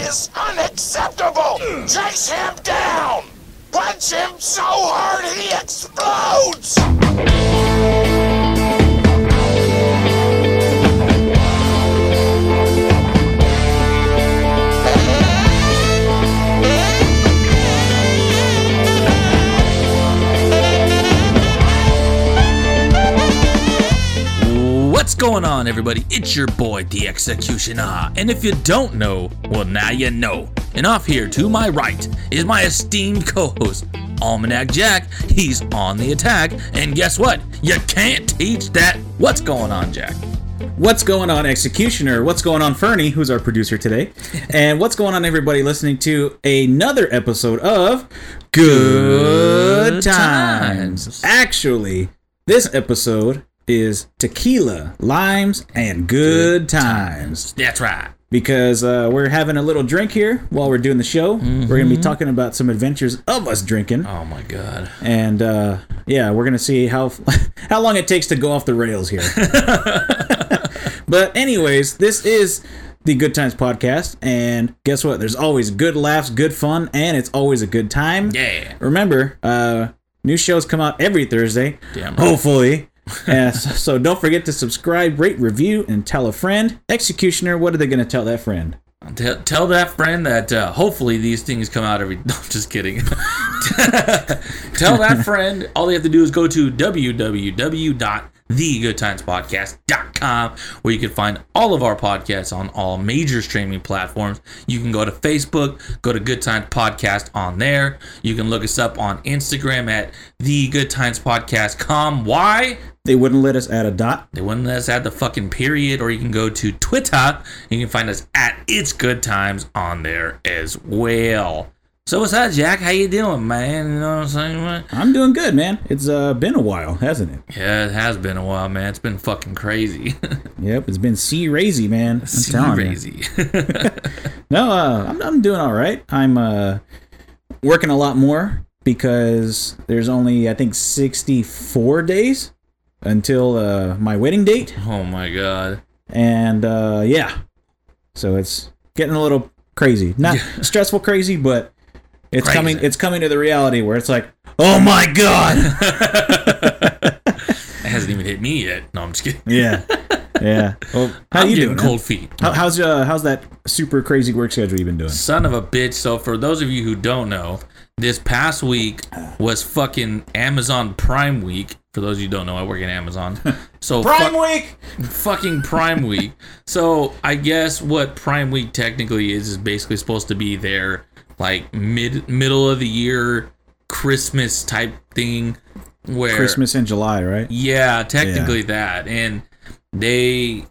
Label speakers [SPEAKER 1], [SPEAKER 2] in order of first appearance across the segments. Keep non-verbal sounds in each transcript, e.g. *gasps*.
[SPEAKER 1] is unacceptable! Chase him down! Punch him so hard he explodes!
[SPEAKER 2] What's going on, everybody? It's your boy, The Executioner. And if you don't know, well, now you know. And off here to my right is my esteemed co host, Almanac Jack. He's on the attack. And guess what? You can't teach that. What's going on, Jack?
[SPEAKER 3] What's going on, Executioner? What's going on, Fernie, who's our producer today? And what's going on, everybody listening to another episode of Good Times? Actually, this episode is tequila, limes, and good times
[SPEAKER 2] That's right.
[SPEAKER 3] because uh, we're having a little drink here while we're doing the show. We're going to be talking about some adventures of us drinking.
[SPEAKER 2] Oh my god.
[SPEAKER 3] And uh, yeah, we're gonna see how *laughs* how long it takes to go off the
[SPEAKER 2] *laughs*
[SPEAKER 3] rails here. but anyways, this is the Good Times podcast, and guess what? There's always good laughs, good fun, and it's always a good time.
[SPEAKER 2] Yeah.
[SPEAKER 3] Remember, uh, new shows come out every Thursday.
[SPEAKER 2] Damn right. *laughs*
[SPEAKER 3] Hopefully. yeah, so, so don't forget to subscribe, rate, review, and tell a friend. Executioner, what are they gonna tell that friend?
[SPEAKER 2] Tell, tell that friend that uh, hopefully these things come out every. *laughs* No, I'm just kidding. tell that friend all they have to do is go to www.thegoodtimespodcast.com where you can find all of our podcasts on all major streaming platforms. You can go to Facebook, go to Good Times Podcast on there. You can look us up on Instagram at the Good Times Podcast. Com. Why?
[SPEAKER 3] They wouldn't let us add a dot.
[SPEAKER 2] They wouldn't let us add the fucking period, or you can go to Twitter and you can find us at It's Good Times on there as well. So what's up, Jack? How you doing, man? You know what I'm saying? man?
[SPEAKER 3] I'm doing good, man. It's uh, been a while, hasn't it?
[SPEAKER 2] Yeah, it has been a while, man. It's been fucking crazy. *laughs*
[SPEAKER 3] Yep, it's been C Razy, man. I'm telling you.
[SPEAKER 2] crazy. *laughs*
[SPEAKER 3] No, uh, I'm, I'm doing all right. I'm uh, working a lot more because there's only I think 64 days until uh, my wedding date,
[SPEAKER 2] oh my god.
[SPEAKER 3] and uh, yeah, so it's getting a little crazy. Not
[SPEAKER 2] *laughs*
[SPEAKER 3] stressful, crazy, but it's
[SPEAKER 2] Crazy.
[SPEAKER 3] coming. It's coming to the reality where it's like, oh my god, *laughs*
[SPEAKER 2] It hasn't even hit me yet. No, I'm just kidding.
[SPEAKER 3] yeah, yeah. Well, *laughs* how
[SPEAKER 2] I'm
[SPEAKER 3] you
[SPEAKER 2] getting
[SPEAKER 3] doing?
[SPEAKER 2] cold
[SPEAKER 3] man?
[SPEAKER 2] feet.
[SPEAKER 3] How, how's uh, how's that super crazy work schedule you been doing?
[SPEAKER 2] Son of a bitch. So, for those of you who don't know, this past week was fucking Amazon Prime Week. For those of you who don't know, I work at
[SPEAKER 3] *laughs*
[SPEAKER 2] Amazon. So fuck-
[SPEAKER 3] week.
[SPEAKER 2] fucking Prime Week. So I guess what Prime Week technically is is basically supposed to be their like mid middle of the year Christmas type thing where
[SPEAKER 3] Christmas in July, right?
[SPEAKER 2] yeah, technically that. And they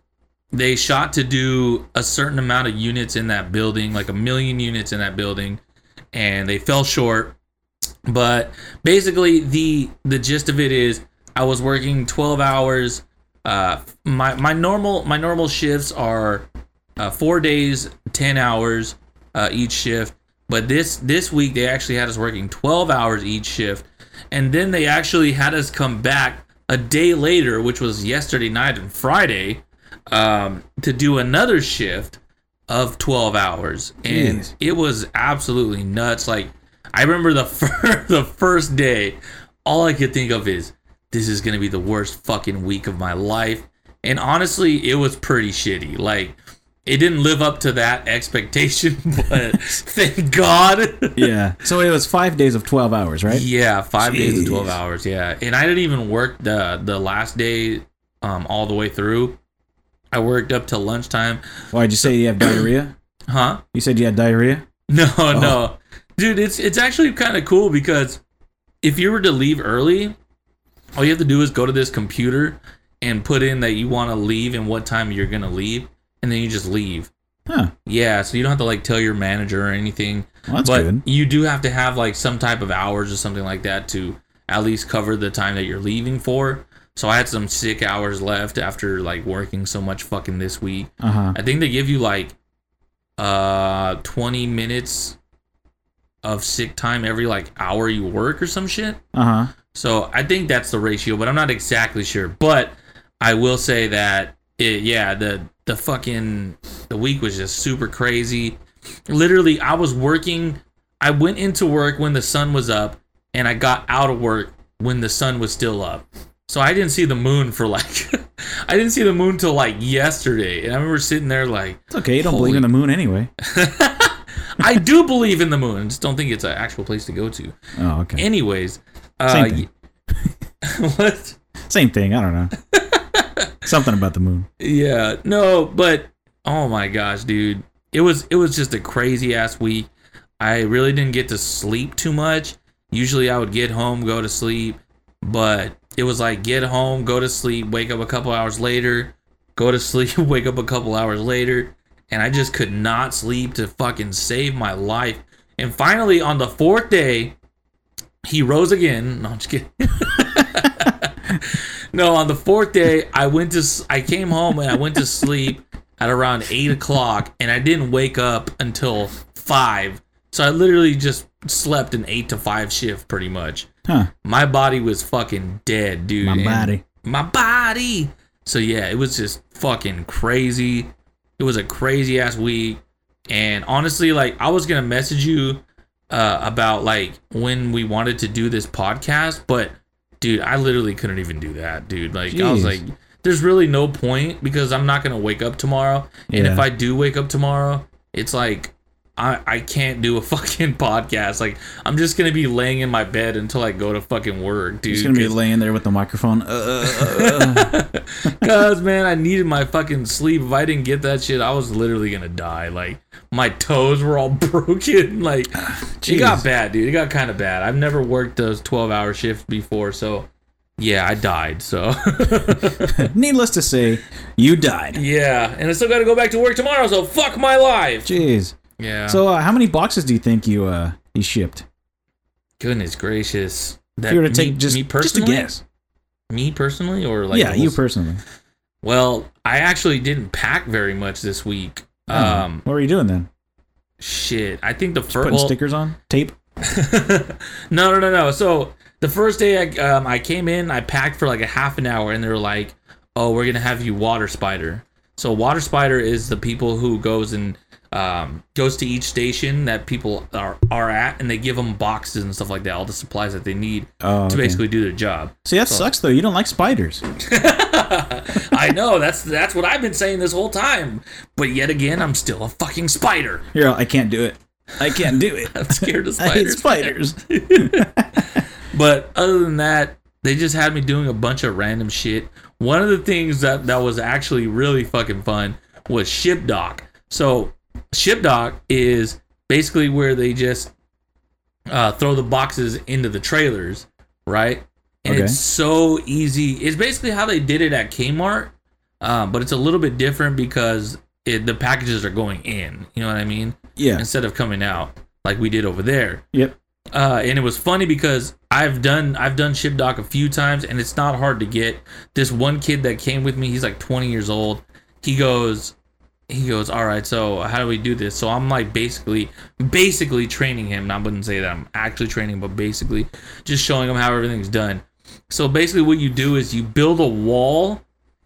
[SPEAKER 2] they shot to do a certain amount of units in that building, like a million units in that building, and they fell short. But basically the the gist of it is I was working 12 hours uh my my normal my normal shifts are uh, 4 days, 10 hours uh, each shift. But this this week they actually had us working 12 hours each shift, and then they actually had us come back a day later, which was yesterday night and Friday, um, to do another shift of 12 hours, and
[SPEAKER 3] Jeez.
[SPEAKER 2] it was absolutely nuts. Like I remember the *laughs* fir- the first day, all I could think of is this is gonna be the worst fucking week of my life, and honestly, it was pretty shitty. Like it didn't live up to that *laughs* expectation, but thank God. *laughs*
[SPEAKER 3] yeah. So it was five days of twelve hours, right?
[SPEAKER 2] Yeah, five days and
[SPEAKER 3] Jeez.
[SPEAKER 2] twelve hours. Yeah, and I didn't even work the the last day um all the way through. I worked up to lunchtime.
[SPEAKER 3] Why'd you say you have diarrhea?
[SPEAKER 2] Huh? *laughs*
[SPEAKER 3] You said you had diarrhea.
[SPEAKER 2] No,
[SPEAKER 3] Oh.
[SPEAKER 2] no, dude. It's it's actually kind of cool because if you were to leave early, all you have to do is go to this computer and put in that you want to leave and what time you're gonna leave, and then you just leave.
[SPEAKER 3] Huh.
[SPEAKER 2] Yeah, so you don't have to like tell your manager or anything.
[SPEAKER 3] Well, that's
[SPEAKER 2] but
[SPEAKER 3] good.
[SPEAKER 2] you do have to have like some type of hours or something like that to at least cover the time that you're leaving for. So I had some sick hours left after like working so much fucking this week.
[SPEAKER 3] Uh huh.
[SPEAKER 2] I think they give you like uh 20 minutes of sick time every like hour you work or some shit.
[SPEAKER 3] Uh huh.
[SPEAKER 2] So I think that's the ratio, but I'm not exactly sure. But I will say that it, yeah, the the fucking the week was just super crazy. literally I was working I went into work when the sun was up and I got out of work when the sun was still up. So I didn't see the moon for like *laughs* I didn't see the moon till like yesterday. And I remember sitting there like
[SPEAKER 3] It's okay. You don't
[SPEAKER 2] Holy-
[SPEAKER 3] believe in the moon anyway.
[SPEAKER 2] I do *laughs* believe in the moon, just don't think it's an actual place to go to.
[SPEAKER 3] Oh, okay.
[SPEAKER 2] Anyways, uh
[SPEAKER 3] Same thing.
[SPEAKER 2] y- *laughs* what?
[SPEAKER 3] Same thing. I don't know.
[SPEAKER 2] *laughs*
[SPEAKER 3] Something about the moon.
[SPEAKER 2] Yeah, no, but oh my gosh, dude, it was it was just a crazy ass week. I really didn't get to sleep too much. Usually, I would get home, go to sleep, but it was like get home, go to sleep, wake up a couple hours later, go to sleep, *laughs* wake up a couple hours later, and I just could not sleep to fucking save my life. And finally, on the fourth day, he rose again. No, I'm just kidding. No, on the fourth day, I went to s- I came home and I went to sleep at around eight o'clock, and I didn't wake up until five. So I literally just slept an eight to five shift, pretty much.
[SPEAKER 3] Huh.
[SPEAKER 2] My body was fucking dead, dude.
[SPEAKER 3] My
[SPEAKER 2] and-
[SPEAKER 3] body.
[SPEAKER 2] my body. So yeah, it was just fucking crazy. It was a crazy ass week. And honestly, like I was gonna message you uh, about like when we wanted to do this podcast, but dude, I literally couldn't even do that, dude. Like I was
[SPEAKER 3] Jeez.
[SPEAKER 2] like, there's really no point because I'm not gonna wake up tomorrow. And if
[SPEAKER 3] Yeah.
[SPEAKER 2] I do wake up tomorrow, it's like I I can't do a *laughs* fucking podcast. Like I'm just gonna be laying in my bed until I go to fucking work, dude.
[SPEAKER 3] He's gonna be
[SPEAKER 2] 'cause-
[SPEAKER 3] laying there with the microphone. Uh,
[SPEAKER 2] Cause man, I needed my fucking sleep. If I didn't get that shit, I was literally gonna die. Like my toes were all *laughs* broken. Like it got
[SPEAKER 3] Jeez.
[SPEAKER 2] bad, dude. It got kind of bad. I've never worked those twelve-hour shifts before, so yeah, I died. So *laughs*
[SPEAKER 3] uh. Needless to say, you died.
[SPEAKER 2] yeah, and I still got to go back to work tomorrow. So fuck my life.
[SPEAKER 3] Jeez.
[SPEAKER 2] Yeah. So
[SPEAKER 3] So, uh, how many boxes do you think you uh you shipped?
[SPEAKER 2] goodness gracious. That
[SPEAKER 3] If you were to
[SPEAKER 2] Uh, me-
[SPEAKER 3] take just
[SPEAKER 2] me
[SPEAKER 3] just a
[SPEAKER 2] personally,
[SPEAKER 3] guess.
[SPEAKER 2] me personally, or like
[SPEAKER 3] yeah,
[SPEAKER 2] the
[SPEAKER 3] you
[SPEAKER 2] whole-
[SPEAKER 3] personally.
[SPEAKER 2] well, I actually didn't pack very much this week. Um,
[SPEAKER 3] what were you doing then?
[SPEAKER 2] shit. I think the first
[SPEAKER 3] Putting stickers on tape.
[SPEAKER 2] no, no, no, no. So the first day I, um, I came in, I packed for like a half an hour, and they were like, "Oh, we're gonna have you water spider." So water spider is the people who goes and um, goes to each station that people are are at, and they give them boxes and stuff like that, all the supplies that they need
[SPEAKER 3] Oh,
[SPEAKER 2] to
[SPEAKER 3] okay.
[SPEAKER 2] basically do their job.
[SPEAKER 3] See, that sucks though. You don't like spiders.
[SPEAKER 2] I know that's that's what I've been saying this whole time, but yet again, I'm still a fucking spider. *laughs*
[SPEAKER 3] Here, I can't do it. I can't do it.
[SPEAKER 2] I'm scared of
[SPEAKER 3] *laughs* I hate
[SPEAKER 2] spiders.
[SPEAKER 3] spiders.
[SPEAKER 2] *laughs* But other than that, they just had me doing a bunch of random shit. One of the things that that was actually really fucking fun was ship dock. So ship dock is basically where they just uh, throw the boxes into the trailers, right? And
[SPEAKER 3] Okay.
[SPEAKER 2] it's so easy. It's basically how they did it at Kmart, uh, but it's a little bit different because it, the packages are going in. You know what I mean?
[SPEAKER 3] Yeah.
[SPEAKER 2] Instead of coming out like we did over there
[SPEAKER 3] Yep.
[SPEAKER 2] uh, and it was funny because I've done I've done ship dock a few times, and it's not hard to get. This one kid that came with me, he's like 20 years old. He goes, he goes, all right. So how do we do this? So I'm like basically, basically training him. And I wouldn't say that I'm actually training, but basically, just showing him how everything's done. So basically, what you do is you build a wall,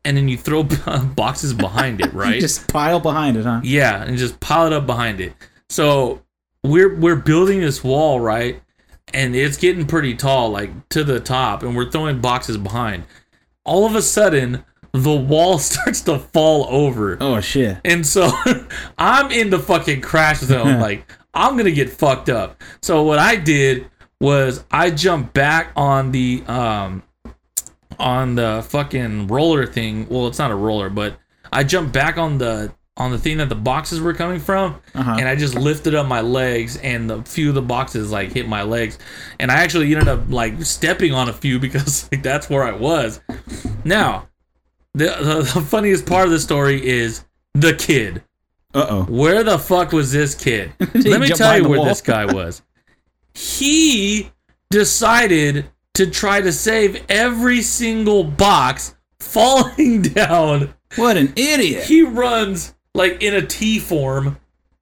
[SPEAKER 2] and then you throw *laughs* boxes behind it, right?
[SPEAKER 3] Just pile behind it, huh?
[SPEAKER 2] Yeah, and just pile it up behind it. So we're we're building this wall, right? And it's getting pretty tall, like to the top, and we're throwing boxes behind. All of a sudden, the wall *laughs* starts to fall over.
[SPEAKER 3] Oh shit.
[SPEAKER 2] And so *laughs* I'm in the fucking crash zone. like, I'm going to get fucked up. So what I did was I jumped back on the, um, on the fucking roller thing. Well, it's not a roller, but I jumped back on the, on the thing that the boxes were coming from.
[SPEAKER 3] Uh-huh.
[SPEAKER 2] And I just lifted up my legs and the few of the boxes like hit my legs. And I actually ended up like stepping on a few *laughs* because like that's where I was. Now, the, the, the funniest part of the story is the kid.
[SPEAKER 3] Uh oh.
[SPEAKER 2] Where the fuck was this kid?
[SPEAKER 3] *laughs* he
[SPEAKER 2] Let me
[SPEAKER 3] jump
[SPEAKER 2] tell
[SPEAKER 3] behind
[SPEAKER 2] you
[SPEAKER 3] the
[SPEAKER 2] where
[SPEAKER 3] wall?
[SPEAKER 2] this guy was. he decided to try to save every single box falling *laughs* down.
[SPEAKER 3] What an idiot.
[SPEAKER 2] He runs like in a T form,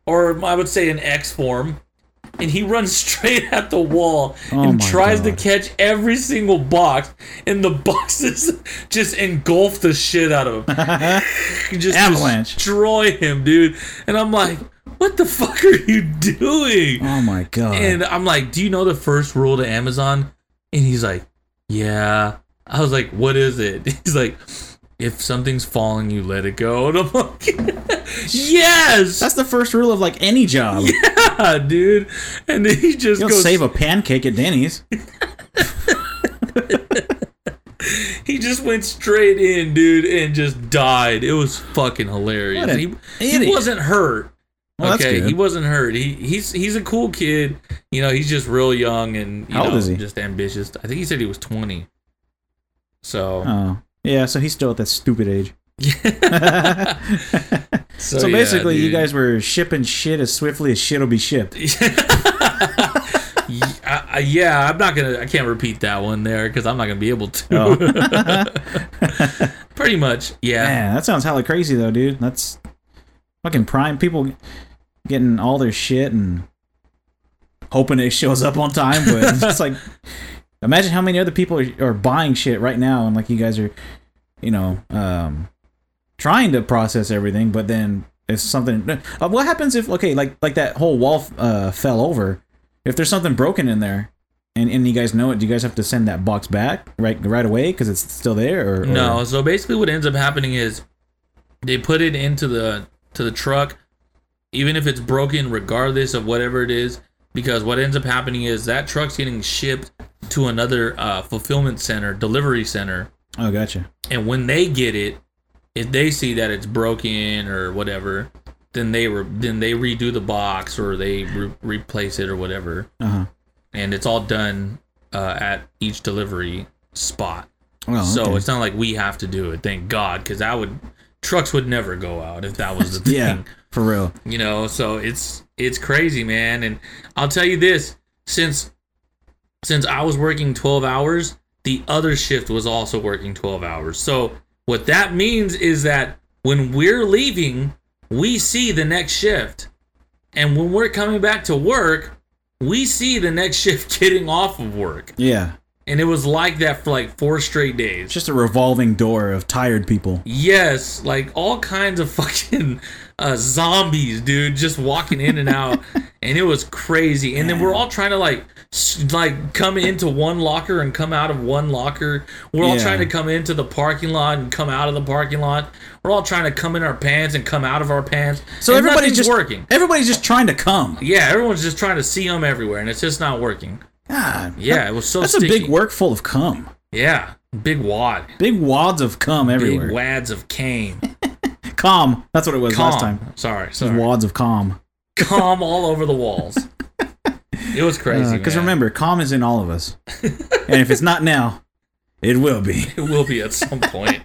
[SPEAKER 2] or I would say an X form. And he runs *laughs* straight at the wall
[SPEAKER 3] Oh
[SPEAKER 2] and
[SPEAKER 3] my
[SPEAKER 2] tries
[SPEAKER 3] God.
[SPEAKER 2] to catch every single box, and the *laughs* boxes just engulf
[SPEAKER 3] *laughs*
[SPEAKER 2] the shit out of him. You just
[SPEAKER 3] Avalanche.
[SPEAKER 2] destroy him, dude. And I'm like, what the fuck are you doing?
[SPEAKER 3] Oh my god.
[SPEAKER 2] And I'm like, do you know the first rule to Amazon? And he's like, yeah. I was like, what is it? *laughs* He's like, if something's falling, you let it go. *laughs* And I'm like, yes,
[SPEAKER 3] That's the first rule of like any job.
[SPEAKER 2] *laughs* yeah, dude. And then he just
[SPEAKER 3] you don't
[SPEAKER 2] goes,
[SPEAKER 3] save a pancake at Denny's.
[SPEAKER 2] he just went straight in, dude, and just died. It was fucking hilarious.
[SPEAKER 3] What an
[SPEAKER 2] he,
[SPEAKER 3] idiot.
[SPEAKER 2] he wasn't hurt.
[SPEAKER 3] Well, that's
[SPEAKER 2] okay,
[SPEAKER 3] good.
[SPEAKER 2] he wasn't hurt. He he's he's a cool kid. You know, he's just real young and you
[SPEAKER 3] How old
[SPEAKER 2] know,
[SPEAKER 3] is he?
[SPEAKER 2] just ambitious. I think he said he was twenty. So
[SPEAKER 3] Oh. Yeah, so he's still at that stupid age.
[SPEAKER 2] so,
[SPEAKER 3] So
[SPEAKER 2] Oh, yeah,
[SPEAKER 3] basically, you
[SPEAKER 2] dude.
[SPEAKER 3] guys were shipping shit as swiftly as shit'll
[SPEAKER 2] *laughs*
[SPEAKER 3] be shipped.
[SPEAKER 2] Y- I- I- yeah, I'm not gonna. I can't repeat that one there because I'm not gonna be able to.
[SPEAKER 3] Oh.
[SPEAKER 2] *laughs* Pretty much, yeah.
[SPEAKER 3] Man, that sounds hella crazy though, dude. That's fucking prime people getting all their shit and hoping it shows up on time. But
[SPEAKER 2] *laughs*
[SPEAKER 3] it's just like, imagine how many other people are, are buying shit right now, and like you guys are, you know, um, trying to process everything, but then if something, uh, what happens if okay, like like that whole wall uh, fell over? If there's something broken in there. And, and you guys know it? Do you guys have to send that box back right right away because it's still there? Or, or
[SPEAKER 2] No, so basically, what ends up happening is they put it into the to the truck, even if it's broken, regardless of whatever it is. Because what ends up happening is that truck's getting shipped to another uh, fulfillment center, delivery center,
[SPEAKER 3] Oh, gotcha.
[SPEAKER 2] and when they get it, if they see that it's broken or whatever, then they re- then they redo the box or they re- replace it or whatever,
[SPEAKER 3] Uh huh.
[SPEAKER 2] and it's all done uh, at each delivery spot.
[SPEAKER 3] Oh,
[SPEAKER 2] so
[SPEAKER 3] okay.
[SPEAKER 2] it's not like we have to do it, thank God, because that would trucks would never go out if that was the thing.
[SPEAKER 3] *laughs* yeah, for real.
[SPEAKER 2] You know, so it's it's crazy, man. And I'll tell you this: since since I was working twelve hours, the other shift was also working twelve hours. So what that means is that when we're leaving, we see the next shift, and when we're coming back to work, we see the next *laughs* shift getting off of work.
[SPEAKER 3] Yeah,
[SPEAKER 2] And it was like that for like four straight days.
[SPEAKER 3] it's just a revolving door of tired people.
[SPEAKER 2] Yes, like all kinds of *laughs* fucking uh, zombies, dude, just walking in and
[SPEAKER 3] *laughs*
[SPEAKER 2] out, and it was crazy. And then we're all trying to like, s- like come into one locker and come out of one locker. We're all
[SPEAKER 3] Yeah.
[SPEAKER 2] trying to come into the parking lot and come out of the parking lot. We're all trying to come in our pants and come out of our pants.
[SPEAKER 3] So
[SPEAKER 2] and
[SPEAKER 3] everybody's
[SPEAKER 2] nothing's
[SPEAKER 3] just
[SPEAKER 2] working.
[SPEAKER 3] Everybody's just trying to come.
[SPEAKER 2] Yeah, everyone's just trying to see them everywhere, and it's just not working.
[SPEAKER 3] God,
[SPEAKER 2] Yeah, it was so.
[SPEAKER 3] that's a
[SPEAKER 2] sticky.
[SPEAKER 3] big work full of cum.
[SPEAKER 2] Yeah, big wad,
[SPEAKER 3] Big wads of cum
[SPEAKER 2] big
[SPEAKER 3] everywhere.
[SPEAKER 2] wads of cane.
[SPEAKER 3] Calm. That's what it was last
[SPEAKER 2] Calm.
[SPEAKER 3] time.
[SPEAKER 2] Sorry,
[SPEAKER 3] Just
[SPEAKER 2] sorry.
[SPEAKER 3] wads of calm.
[SPEAKER 2] calm all over the walls. It was crazy.
[SPEAKER 3] Because
[SPEAKER 2] man.
[SPEAKER 3] Uh, remember, calm is in all
[SPEAKER 2] *laughs*
[SPEAKER 3] of us, and if it's not now, it will be.
[SPEAKER 2] it will be at some
[SPEAKER 3] *laughs*
[SPEAKER 2] point.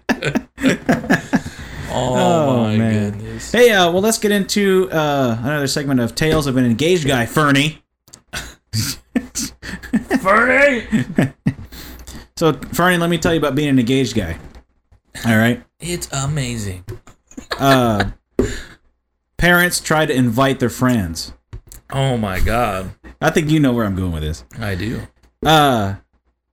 [SPEAKER 2] oh,
[SPEAKER 3] Oh,
[SPEAKER 2] my
[SPEAKER 3] man.
[SPEAKER 2] goodness!
[SPEAKER 3] Hey, uh, well, let's get into uh, another segment of Tales of an Engaged Guy, Fernie.
[SPEAKER 2] Fernie,
[SPEAKER 3] So, Fernie, let me tell you about being an engaged guy. All right.
[SPEAKER 2] it's amazing.
[SPEAKER 3] uh, parents try to invite their friends.
[SPEAKER 2] Oh my god,
[SPEAKER 3] I think you know where I'm going with this.
[SPEAKER 2] I do.
[SPEAKER 3] Uh,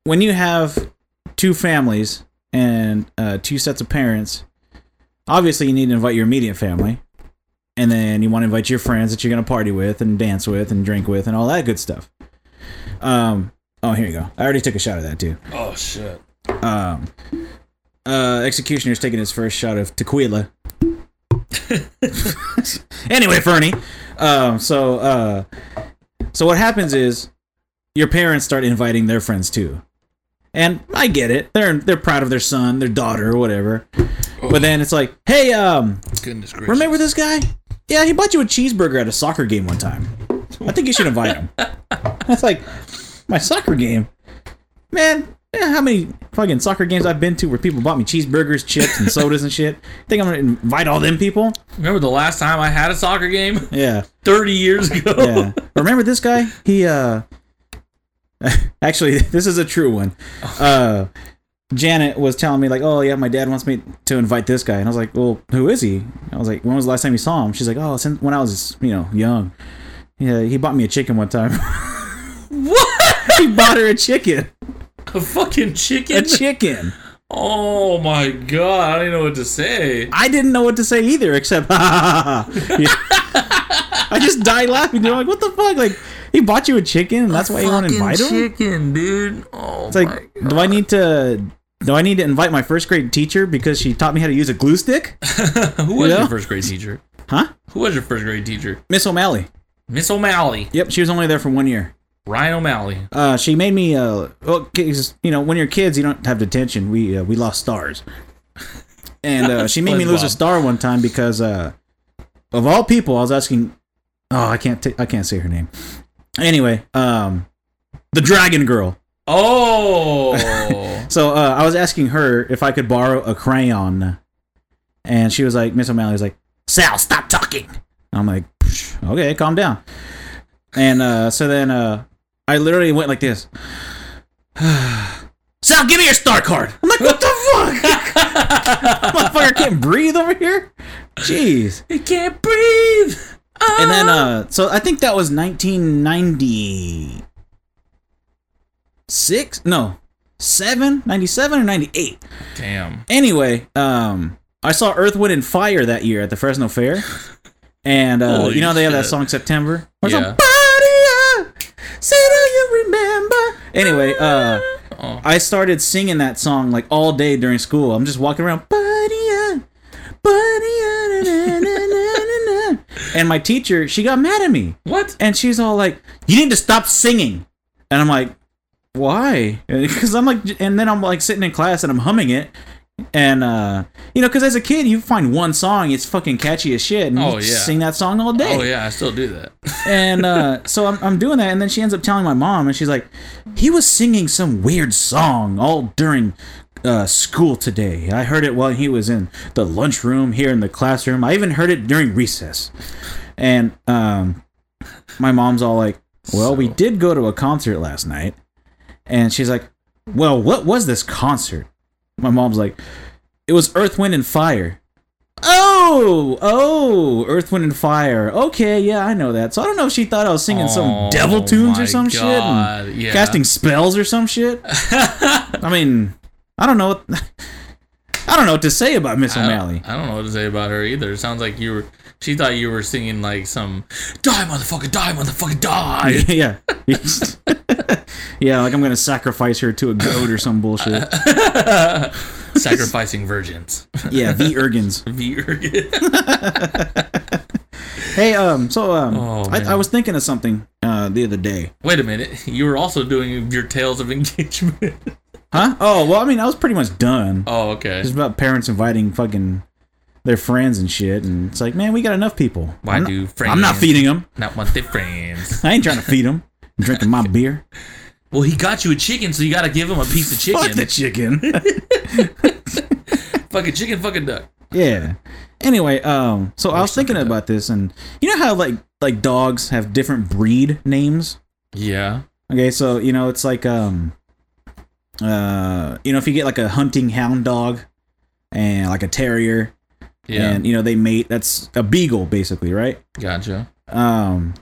[SPEAKER 3] when you have two families and uh, two sets of parents, obviously you need to invite your immediate family, and then you want to invite your friends that you're gonna party with and dance with and drink with and all that good stuff. Um. Oh, here you go. I already took a shot of that too.
[SPEAKER 2] Oh shit.
[SPEAKER 3] Um. Uh, executioner's taking his first shot
[SPEAKER 2] *laughs*
[SPEAKER 3] of tequila. *laughs* anyway, Fernie. Um. So. Uh. So what happens is, your parents start inviting their friends too, and I get it. They're they're proud of their son, their daughter, or whatever. But then it's like, hey, um,
[SPEAKER 2] Oh. Goodness gracious.
[SPEAKER 3] remember this guy? Yeah, he bought you a cheeseburger at a soccer game one time. I think you should
[SPEAKER 2] *laughs*
[SPEAKER 3] invite him. That's like my soccer game, man. Yeah, how many fucking soccer games I've been to where people bought me cheeseburgers, chips, and sodas and shit? Think I'm gonna invite all them people?
[SPEAKER 2] Remember the last time I had a soccer game? *laughs*
[SPEAKER 3] Yeah,
[SPEAKER 2] Thirty years ago.
[SPEAKER 3] yeah. Remember this guy? He uh, *laughs* actually, this is a true one. Uh, Janet was telling me like, oh yeah, my dad wants me to invite this guy, and I was like, well, who is he? I was like, when was the last time you saw him? She's like, oh, since when I was you know young. Yeah, he bought me a chicken one time. *laughs*
[SPEAKER 2] What?
[SPEAKER 3] he bought her a chicken.
[SPEAKER 2] A fucking
[SPEAKER 3] A
[SPEAKER 2] chicken?
[SPEAKER 3] chicken.
[SPEAKER 2] oh my god! I don't even know what to say. *laughs*
[SPEAKER 3] *laughs* I didn't know what to say either, except ha ha ha. ha. I just died laughing. You're like, what the fuck? Like, he bought you a chicken, and that's why you want to
[SPEAKER 2] Fucking
[SPEAKER 3] invite him.
[SPEAKER 2] Chicken, dude. Oh
[SPEAKER 3] It's like,
[SPEAKER 2] my
[SPEAKER 3] do I need to? Do I need to invite my first grade teacher because she taught me how to use a glue stick?
[SPEAKER 2] God. Who was
[SPEAKER 3] Yeah.
[SPEAKER 2] your first grade teacher?
[SPEAKER 3] Huh?
[SPEAKER 2] Who was your first grade teacher?
[SPEAKER 3] Miss O'Malley.
[SPEAKER 2] Miss O'Malley,
[SPEAKER 3] Yep, she was only there for one year.
[SPEAKER 2] Ryan O'Malley.
[SPEAKER 3] Uh, she made me. Uh, well, 'cause, you know, when you're kids, you don't have detention. We uh, we lost stars, and uh, she made me lose a
[SPEAKER 2] SpongeBob.
[SPEAKER 3] star one time because uh, of all people, I was asking. Oh, I can't. I I can't say her name. Anyway, um, the Dragon Girl.
[SPEAKER 2] Oh,
[SPEAKER 3] So uh, I was asking her if I could borrow a crayon, and she was like, Miss O'Malley was like, "Sal, stop talking." I'm like, "Psh, "Okay, calm down." And uh, so then uh, I literally went like this. *sighs* Sal, give me your star card. I'm like, what the fuck? *laughs* Motherfucker can't breathe over here. Jeez.
[SPEAKER 2] I can't breathe. Ah.
[SPEAKER 3] And then, uh, so I think that was 1996? No, 7? 97 or 98?
[SPEAKER 2] Damn.
[SPEAKER 3] Anyway, um, I saw Earth, Wind, and Fire that year at the Fresno Fair, and uh,
[SPEAKER 2] Holy
[SPEAKER 3] you know they have that
[SPEAKER 2] shit.
[SPEAKER 3] song September. Or
[SPEAKER 2] Yeah.
[SPEAKER 3] Somebody I said, "Do you remember?" Anyway, uh,
[SPEAKER 2] Oh.
[SPEAKER 3] I started singing that song like all day during school. I'm just walking around, buddy, uh, buddy, uh, na, na, na, na, na, na." and my teacher she got mad at me.
[SPEAKER 2] What?
[SPEAKER 3] And she's all like, "You need to stop singing." And I'm like, "Why?" *laughs* Because I'm like, and then I'm like sitting in class and I'm humming it, and uh, you know, because as a kid you find one song, it's fucking catchy as shit, and
[SPEAKER 2] Oh,
[SPEAKER 3] you just
[SPEAKER 2] yeah.
[SPEAKER 3] sing that song all day.
[SPEAKER 2] Oh yeah, *laughs* I still do that.
[SPEAKER 3] And uh, so I'm, I'm doing that, and then she ends up telling my mom, and she's like, "He was singing some weird song all during." Uh, school today. I heard it while he was in the lunchroom here in the classroom. I even heard it during recess. And um, my mom's all like, "Well, we
[SPEAKER 2] So-
[SPEAKER 3] did go to a concert last night," and she's like, "Well, what was this concert?" My mom's like, "It was Earth, Wind, and Fire." Oh, oh, Earth, Wind, and Fire. Okay, yeah, I know that. So I don't know if she thought I was singing some
[SPEAKER 2] Oh
[SPEAKER 3] devil tunes
[SPEAKER 2] my
[SPEAKER 3] or some shit,
[SPEAKER 2] God,
[SPEAKER 3] and
[SPEAKER 2] yeah.
[SPEAKER 3] casting spells or
[SPEAKER 2] *laughs*
[SPEAKER 3] some shit. I mean, I don't know. What, *laughs* I don't know what to say about Miss
[SPEAKER 2] I don't-
[SPEAKER 3] O'Malley.
[SPEAKER 2] I don't know what to say about her either. It sounds like you were. She thought you were singing like some die, motherfucker, die, motherfucker, *laughs* die.
[SPEAKER 3] yeah. *laughs* yeah, like I'm gonna sacrifice her to a goat or some bullshit.
[SPEAKER 2] Sacrificing
[SPEAKER 3] *laughs*
[SPEAKER 2] virgins. *laughs*
[SPEAKER 3] Yeah, the Ergens.
[SPEAKER 2] Virgin.
[SPEAKER 3] Hey, um, so um,
[SPEAKER 2] Oh, man.
[SPEAKER 3] I, I was thinking of something uh the other day.
[SPEAKER 2] Wait a minute. You were also doing your tales of *laughs* engagement.
[SPEAKER 3] Huh? Oh, well, I mean, I was pretty much done.
[SPEAKER 2] Oh, okay.
[SPEAKER 3] It's about parents inviting fucking their friends and shit, and it's like, man, we got enough people.
[SPEAKER 2] Why
[SPEAKER 3] I'm
[SPEAKER 2] do
[SPEAKER 3] not,
[SPEAKER 2] friends?
[SPEAKER 3] I'm not feeding them.
[SPEAKER 2] Not want their friends.
[SPEAKER 3] I ain't trying to feed them. I'm drinking my beer.
[SPEAKER 2] Well, he got you a chicken, so you gotta *laughs* give him a piece of
[SPEAKER 3] *laughs* Fuck the
[SPEAKER 2] chicken.
[SPEAKER 3] chicken.
[SPEAKER 2] *laughs* Fucking chicken, fucking duck.
[SPEAKER 3] Yeah. Anyway, um, so I was thinking about this, and you know how like like dogs have different breed names.
[SPEAKER 2] Yeah.
[SPEAKER 3] Okay, so you know it's like um, uh, you know if you get like a hunting hound dog, and like a terrier,
[SPEAKER 2] Yeah.
[SPEAKER 3] and you know they mate. That's a beagle basically, right?
[SPEAKER 2] gotcha.
[SPEAKER 3] Um,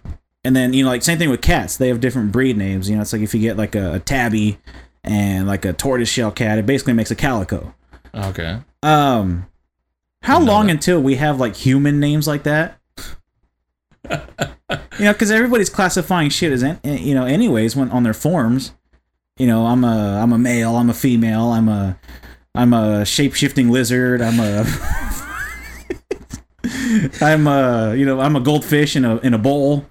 [SPEAKER 3] and then you know like same thing with cats. They have different breed names. You know, it's like if you get like a, a tabby and like a tortoiseshell cat, it basically makes a calico.
[SPEAKER 2] Okay.
[SPEAKER 3] Um, how
[SPEAKER 2] Didn't know
[SPEAKER 3] long
[SPEAKER 2] that.
[SPEAKER 3] until we have like human names like that? you know, because everybody's classifying shit as an, eh, you know, anyways, when on their forms. You know, I'm a I'm a male, I'm a female, I'm a I'm a shape shifting lizard, I'm a *laughs* I'm a you know I'm a goldfish in a in a bowl.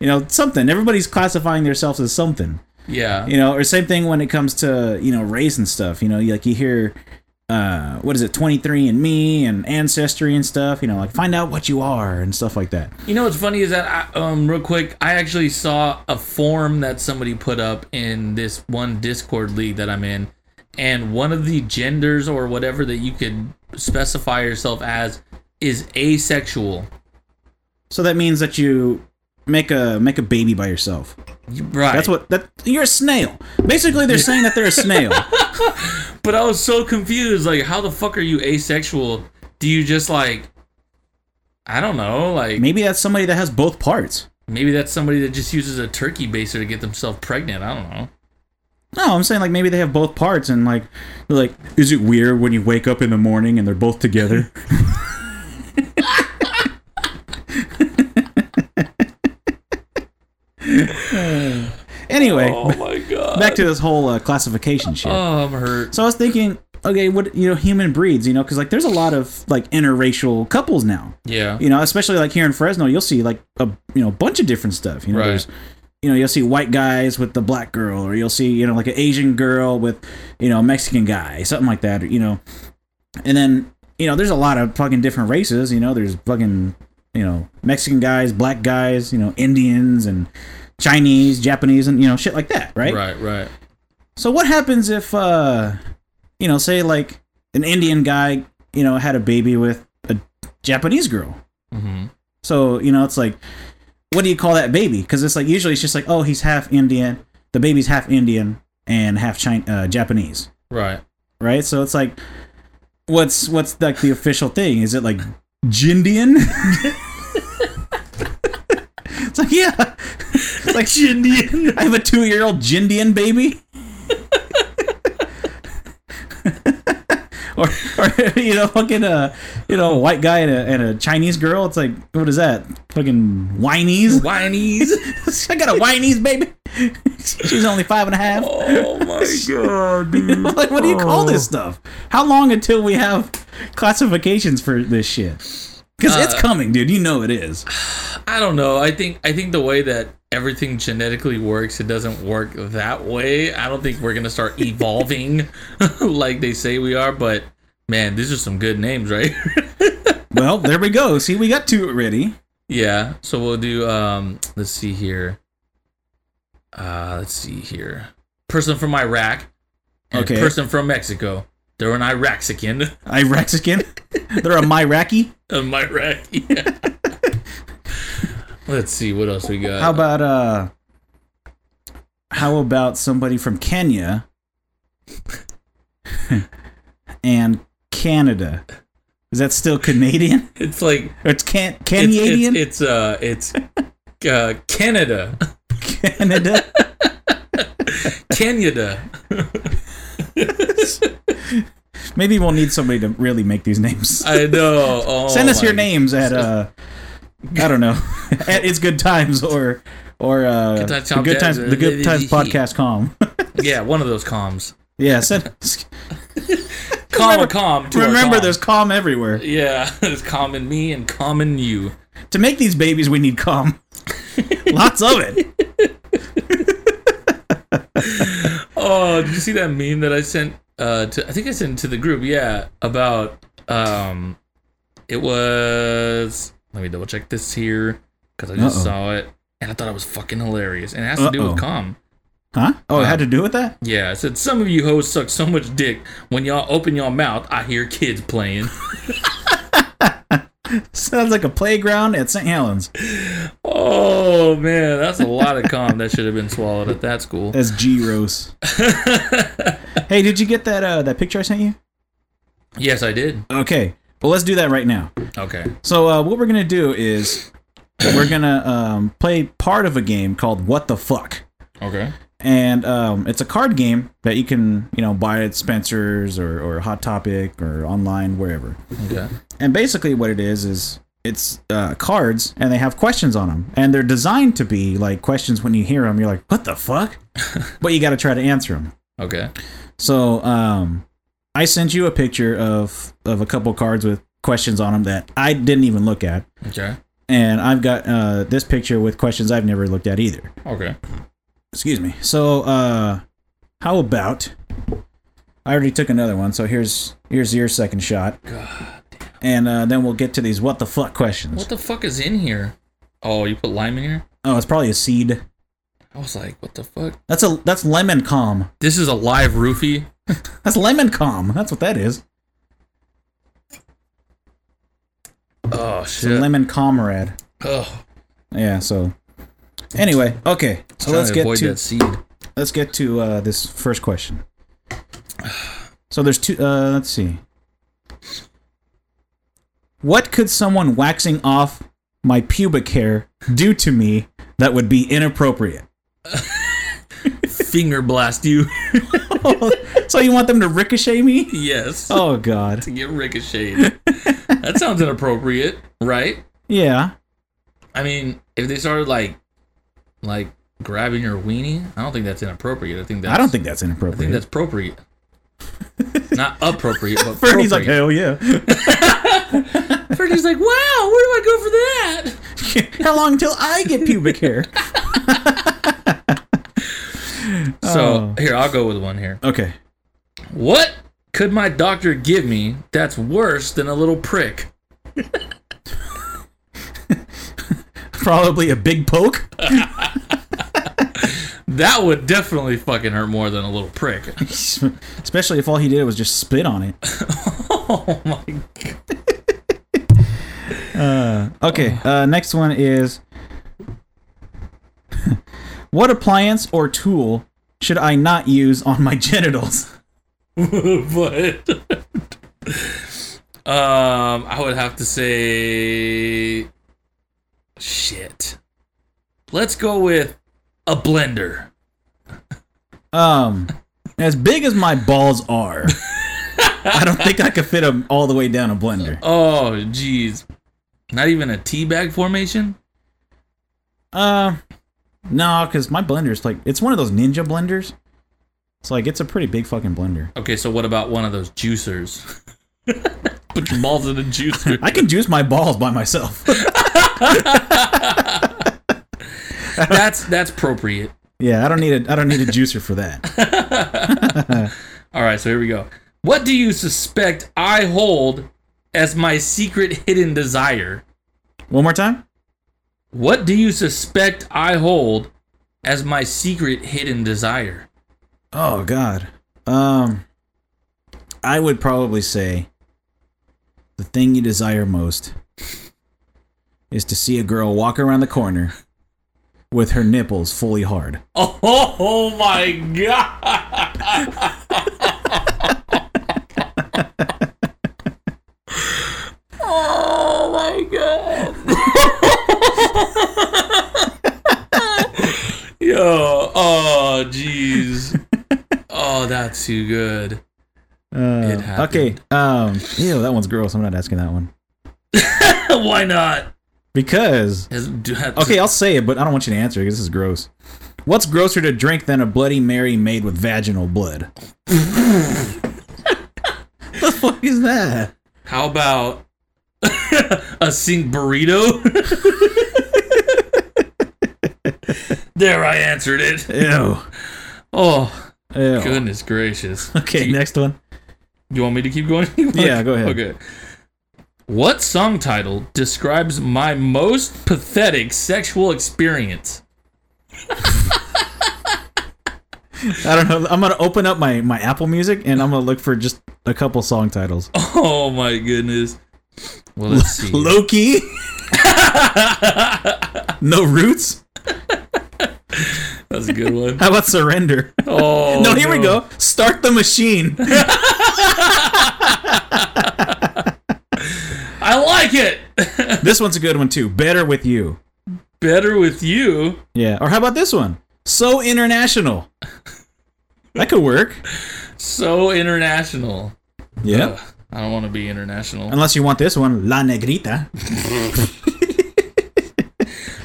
[SPEAKER 3] You know, something. Everybody's classifying themselves as something
[SPEAKER 2] Yeah.
[SPEAKER 3] you know or same thing when it comes to you know race and stuff you know you- like you hear uh what is it 23 and me and ancestry and stuff you know like find out what you are and stuff like that
[SPEAKER 2] You know what's funny is that I, um, real quick, I actually saw a form that somebody put up in this one Discord league that I'm in, and one of the genders or whatever that you could specify yourself as is asexual.
[SPEAKER 3] so that means that you make a make a baby by yourself
[SPEAKER 2] You- Right.
[SPEAKER 3] that's what that you're a snail basically they're saying that they're a snail
[SPEAKER 2] But I was so confused. Like, how the fuck are you asexual? Do you just like, I don't know. Like,
[SPEAKER 3] maybe that's somebody that has both parts
[SPEAKER 2] maybe that's somebody that just uses a turkey baser to get themselves pregnant. I don't know.
[SPEAKER 3] no i'm saying like maybe they have both parts and like they're like is it weird when you wake up in the morning and they're both together *laughs* Anyway,
[SPEAKER 2] Oh my god.
[SPEAKER 3] back to this whole uh, classification shit.
[SPEAKER 2] Oh, I'm hurt.
[SPEAKER 3] So I was thinking, okay, what you know, human breeds, you know, because like there's a lot of like interracial couples now,
[SPEAKER 2] Yeah.
[SPEAKER 3] you know, especially like here in Fresno, you'll see like a you know bunch of different stuff. You know,
[SPEAKER 2] Right.
[SPEAKER 3] there's you know you'll see white guys with the black girl, or you'll see you know like an Asian girl with you know a Mexican guy, something like that. Or, you know, and then you know there's a lot of fucking different races. You know, there's fucking you know Mexican guys, black guys, you know Indians and Chinese, Japanese, and you know shit like that, right?
[SPEAKER 2] Right. Right.
[SPEAKER 3] So what happens if uh you know, say like an Indian guy, you know, had a baby with a Japanese girl?
[SPEAKER 2] hmm
[SPEAKER 3] So, you know, it's like what do you call that baby? Cuz it's like usually it's just like, oh, he's half Indian. The baby's half Indian and half Chin uh, Japanese,
[SPEAKER 2] Right.
[SPEAKER 3] right? So it's like what's what's like the official thing? Is it like Jindian? *laughs* it's like, yeah. It's like Jindian. I have a 2-year-old Jindian baby. *laughs* or, or you know, fucking uh, you know, a white guy and a, and a Chinese girl. It's like, what is that? Fucking whinies. *laughs*
[SPEAKER 2] Whinies.
[SPEAKER 3] I got a whinies baby. *laughs* She's only five and a half.
[SPEAKER 2] *laughs* oh my god, dude.
[SPEAKER 3] *laughs* like, what do you call this stuff? How long until we have classifications for this shit? Because
[SPEAKER 2] Uh.
[SPEAKER 3] it's coming, dude. You know it is.
[SPEAKER 2] I don't know. I think I think the way that everything genetically works, it doesn't work that way. I don't think we're gonna *laughs* start evolving like they say we are. But man, these are some good names, right? *laughs*
[SPEAKER 3] Well, there we go. See, we got two already.
[SPEAKER 2] yeah. So we'll do. Um. Let's see here. Uh. Let's see here. Person from Iraq. And
[SPEAKER 3] Okay.
[SPEAKER 2] Person from Mexico. They're an Iraxican. *laughs*
[SPEAKER 3] Iraxican. They're a Myraki.
[SPEAKER 2] Am I right? *laughs* Let's see what else we got.
[SPEAKER 3] How about uh? How about somebody from Kenya *laughs* and Canada? Is that still Canadian?
[SPEAKER 2] it's like
[SPEAKER 3] Or it's can
[SPEAKER 2] it's,
[SPEAKER 3] Canadian?
[SPEAKER 2] it's, it's uh it's uh Canada,
[SPEAKER 3] Canada.
[SPEAKER 2] Canada.
[SPEAKER 3] Maybe we'll need somebody to really make these names.
[SPEAKER 2] I know. Oh,
[SPEAKER 3] *laughs* Send us your
[SPEAKER 2] my-
[SPEAKER 3] names at uh, I don't know, at it's good times or or uh,
[SPEAKER 2] Good Times
[SPEAKER 3] the good
[SPEAKER 2] Podcast.
[SPEAKER 3] times the good times podcast com. *laughs*
[SPEAKER 2] Yeah, one of those comms. *laughs*
[SPEAKER 3] yeah, send us-
[SPEAKER 2] Com
[SPEAKER 3] Remember-
[SPEAKER 2] or com. to our
[SPEAKER 3] remember
[SPEAKER 2] com.
[SPEAKER 3] there's calm everywhere.
[SPEAKER 2] Yeah, *laughs* there's com in me and com in you.
[SPEAKER 3] To make these babies, we need calm. *laughs* Lots of it.
[SPEAKER 2] Oh, did you see that meme that I sent? Uh, to, I think I sent it to the group. Yeah, about um, it was. Let me double check this here because I just
[SPEAKER 3] Uh-oh.
[SPEAKER 2] saw it and I thought it was fucking hilarious. And it has to do
[SPEAKER 3] Uh-oh.
[SPEAKER 2] with com.
[SPEAKER 3] Huh? Oh, it had to do with that? *laughs*
[SPEAKER 2] Yeah, I said some of you hoes suck so much dick. When y'all open y'all mouth, I hear kids playing.
[SPEAKER 3] Sounds like a playground at St. Helens.
[SPEAKER 2] oh man, that's a lot of com that should have been swallowed at that school.
[SPEAKER 3] That's G
[SPEAKER 2] *laughs*
[SPEAKER 3] Rose. hey, did you get that uh, that picture I sent you?
[SPEAKER 2] Yes, I did.
[SPEAKER 3] Okay. Well, let's do that right now.
[SPEAKER 2] Okay.
[SPEAKER 3] So uh, what we're gonna do is we're gonna um, play part of a game called What the Fuck,
[SPEAKER 2] Okay.
[SPEAKER 3] and um, it's a card game that you can you know buy at Spencer's or, or Hot Topic or online wherever.
[SPEAKER 2] Okay.
[SPEAKER 3] And basically, what it is is it's uh, cards and they have questions on them, and they're designed to be like questions. When you hear them, you're like, "What the fuck?" but you got to try to answer them.
[SPEAKER 2] Okay.
[SPEAKER 3] So um, I sent you a picture of of a couple cards with questions on them that I didn't even look at
[SPEAKER 2] Okay.
[SPEAKER 3] and I've got uh, this picture with questions I've never looked at either.
[SPEAKER 2] Okay.
[SPEAKER 3] Excuse me. So, uh, how about? I already took another one, so here's here's your second shot,
[SPEAKER 2] God.
[SPEAKER 3] and uh, then we'll get to these what the fuck questions.
[SPEAKER 2] What the fuck is in here? Oh, you put lime in here?
[SPEAKER 3] Oh, it's probably a seed.
[SPEAKER 2] I was like, what the fuck?
[SPEAKER 3] That's a that's lemon calm.
[SPEAKER 2] This is a live roofie.
[SPEAKER 3] That's lemon calm. That's what that is.
[SPEAKER 2] Oh
[SPEAKER 3] It's a
[SPEAKER 2] shit.
[SPEAKER 3] lemon comrade.
[SPEAKER 2] Oh,
[SPEAKER 3] Yeah. So, anyway, okay. So let's get
[SPEAKER 2] avoid
[SPEAKER 3] to
[SPEAKER 2] that seed.
[SPEAKER 3] let's get to uh, this first question. So there's two. Uh, let's see. What could someone waxing off my pubic hair do to me that would be inappropriate? *laughs*
[SPEAKER 2] Finger blast you. *laughs*
[SPEAKER 3] Oh, so you want them to ricochet me?
[SPEAKER 2] yes.
[SPEAKER 3] Oh God.
[SPEAKER 2] To get ricocheted. that sounds inappropriate, right?
[SPEAKER 3] Yeah.
[SPEAKER 2] I mean, if they started like, like grabbing your weenie. I don't think that's inappropriate. I think that's
[SPEAKER 3] I don't think that's
[SPEAKER 2] I think
[SPEAKER 3] inappropriate.
[SPEAKER 2] that's
[SPEAKER 3] *laughs*
[SPEAKER 2] appropriate. Not appropriate, but
[SPEAKER 3] Fernie's like,
[SPEAKER 2] appropriate.
[SPEAKER 3] hell yeah.
[SPEAKER 2] Fernie's like, wow, where do I go for that?
[SPEAKER 3] *laughs* How long till I get pubic hair? Oh.
[SPEAKER 2] So here, I'll go with one here.
[SPEAKER 3] Okay.
[SPEAKER 2] What could my doctor give me that's worse than a little prick?
[SPEAKER 3] Probably a big poke.
[SPEAKER 2] That would definitely fucking hurt more than a little prick. *laughs*
[SPEAKER 3] *laughs* Especially if all he did was just spit on it.
[SPEAKER 2] oh my god.
[SPEAKER 3] Okay, *laughs* uh, next one is *laughs* What appliance or tool should I not use on my *laughs* genitals?
[SPEAKER 2] but *laughs* um I would have to say shit. Let's go with a blender.
[SPEAKER 3] Um, as big as my balls are, I don't think I could fit them all the way down a blender.
[SPEAKER 2] Oh jeez. Not even a tea bag formation?
[SPEAKER 3] Uh, no, because my blender's like, it's one of those ninja blenders. It's like, it's a pretty big fucking blender.
[SPEAKER 2] Okay, so what about one of those juicers? *laughs* Put your balls in a juicer.
[SPEAKER 3] I can juice my balls by myself.
[SPEAKER 2] that's that's appropriate.
[SPEAKER 3] yeah, I don't need a I don't need a juicer for that.
[SPEAKER 2] All right, so here we go. What do you suspect I hold as my secret hidden desire?
[SPEAKER 3] One more time.
[SPEAKER 2] What do you suspect I hold as my secret hidden desire? *laughs*
[SPEAKER 3] Oh God. Um, I would probably say the thing you desire most is to see a girl walk around the corner with her nipples fully hard.
[SPEAKER 2] Oh, my god. *laughs* oh my god. Yo, oh jeez. Oh, that's too good. *laughs*
[SPEAKER 3] Uh, okay.
[SPEAKER 2] happened.
[SPEAKER 3] Um, ew, that one's gross. I'm not asking that one
[SPEAKER 2] Why not?
[SPEAKER 3] because.
[SPEAKER 2] Has- do- has-
[SPEAKER 3] Okay, I'll say it, but I don't want you to answer because this is gross. What's grosser to drink than a Bloody Mary made with vaginal blood? *laughs* the fuck is that?
[SPEAKER 2] How about *laughs* a sink
[SPEAKER 3] *laughs*
[SPEAKER 2] burrito? there, I answered it.
[SPEAKER 3] Ew.
[SPEAKER 2] Oh,
[SPEAKER 3] Ew.
[SPEAKER 2] goodness gracious.
[SPEAKER 3] Okay, next one.
[SPEAKER 2] You want me to keep going? *laughs*
[SPEAKER 3] Yeah, go ahead.
[SPEAKER 2] Okay. What song title describes my most pathetic sexual experience?
[SPEAKER 3] I don't know. I'm gonna open up my my Apple Music and I'm gonna look for just a couple song titles.
[SPEAKER 2] Oh my goodness. Well, let's see.
[SPEAKER 3] Loki. *laughs* no roots.
[SPEAKER 2] That's a good one.
[SPEAKER 3] How about surrender?
[SPEAKER 2] Oh
[SPEAKER 3] *laughs* no, here we go. Start the machine. *laughs*
[SPEAKER 2] I like it. *laughs*
[SPEAKER 3] this one's a good one too. Better with you.
[SPEAKER 2] Better with you.
[SPEAKER 3] Yeah. Or how about this one? So *laughs* international. That could work.
[SPEAKER 2] So international.
[SPEAKER 3] Yeah.
[SPEAKER 2] Ugh, I don't want to be international.
[SPEAKER 3] Unless you want this one, La Negrita.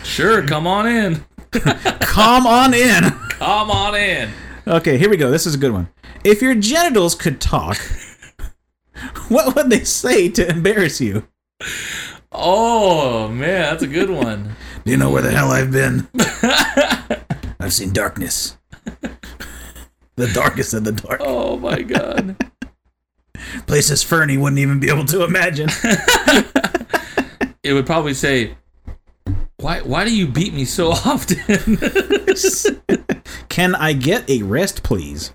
[SPEAKER 2] Sure, come on in.
[SPEAKER 3] Come on *laughs* in.
[SPEAKER 2] Come on in.
[SPEAKER 3] Okay, here we go. This is a good one. If your genitals could talk, *laughs* what would they say to embarrass you?
[SPEAKER 2] Oh man, that's a good one.
[SPEAKER 3] Do you know where the hell I've *laughs* been? I've seen darkness. *laughs* The darkest of the dark.
[SPEAKER 2] Oh my god.
[SPEAKER 3] Places Fernie wouldn't even be able to *laughs* imagine.
[SPEAKER 2] It would probably say, "Why why do you beat me so often?" *laughs*
[SPEAKER 3] Can I get a rest, please?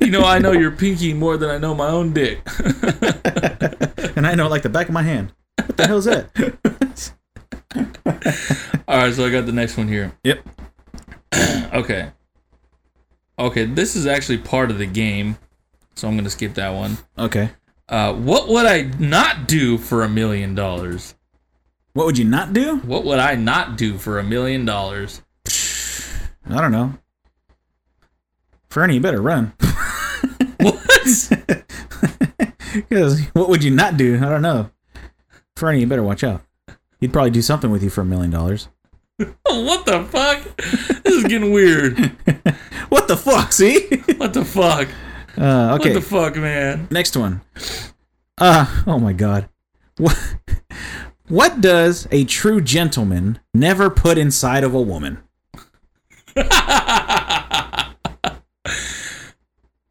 [SPEAKER 2] you know, I know your pinky more than I know my own dick. *laughs*
[SPEAKER 3] And I know it like the back of my hand. What the hell's that?
[SPEAKER 2] All right, so I got the next one here.
[SPEAKER 3] *laughs* Yep.
[SPEAKER 2] Okay. Okay, this is actually part of the game. So I'm going to skip that one.
[SPEAKER 3] Okay.
[SPEAKER 2] Uh, what would I not do for a million dollars?
[SPEAKER 3] What would you not do?
[SPEAKER 2] What would I not do for a million dollars? *laughs*
[SPEAKER 3] I don't know. Fernie, you better run. *laughs*
[SPEAKER 2] What?
[SPEAKER 3] Because what would you not do? I don't know. Fernie, you
[SPEAKER 2] *laughs*
[SPEAKER 3] better watch out. He'd probably do something with you for a million dollars.
[SPEAKER 2] what the fuck? This is getting
[SPEAKER 3] *laughs*
[SPEAKER 2] weird.
[SPEAKER 3] What the fuck? See?
[SPEAKER 2] What the fuck?
[SPEAKER 3] *laughs* Uh,
[SPEAKER 2] What
[SPEAKER 3] okay.
[SPEAKER 2] the fuck, man? *laughs*
[SPEAKER 3] Next one. Uh, oh my god. What, what does a true gentleman never put inside of a woman?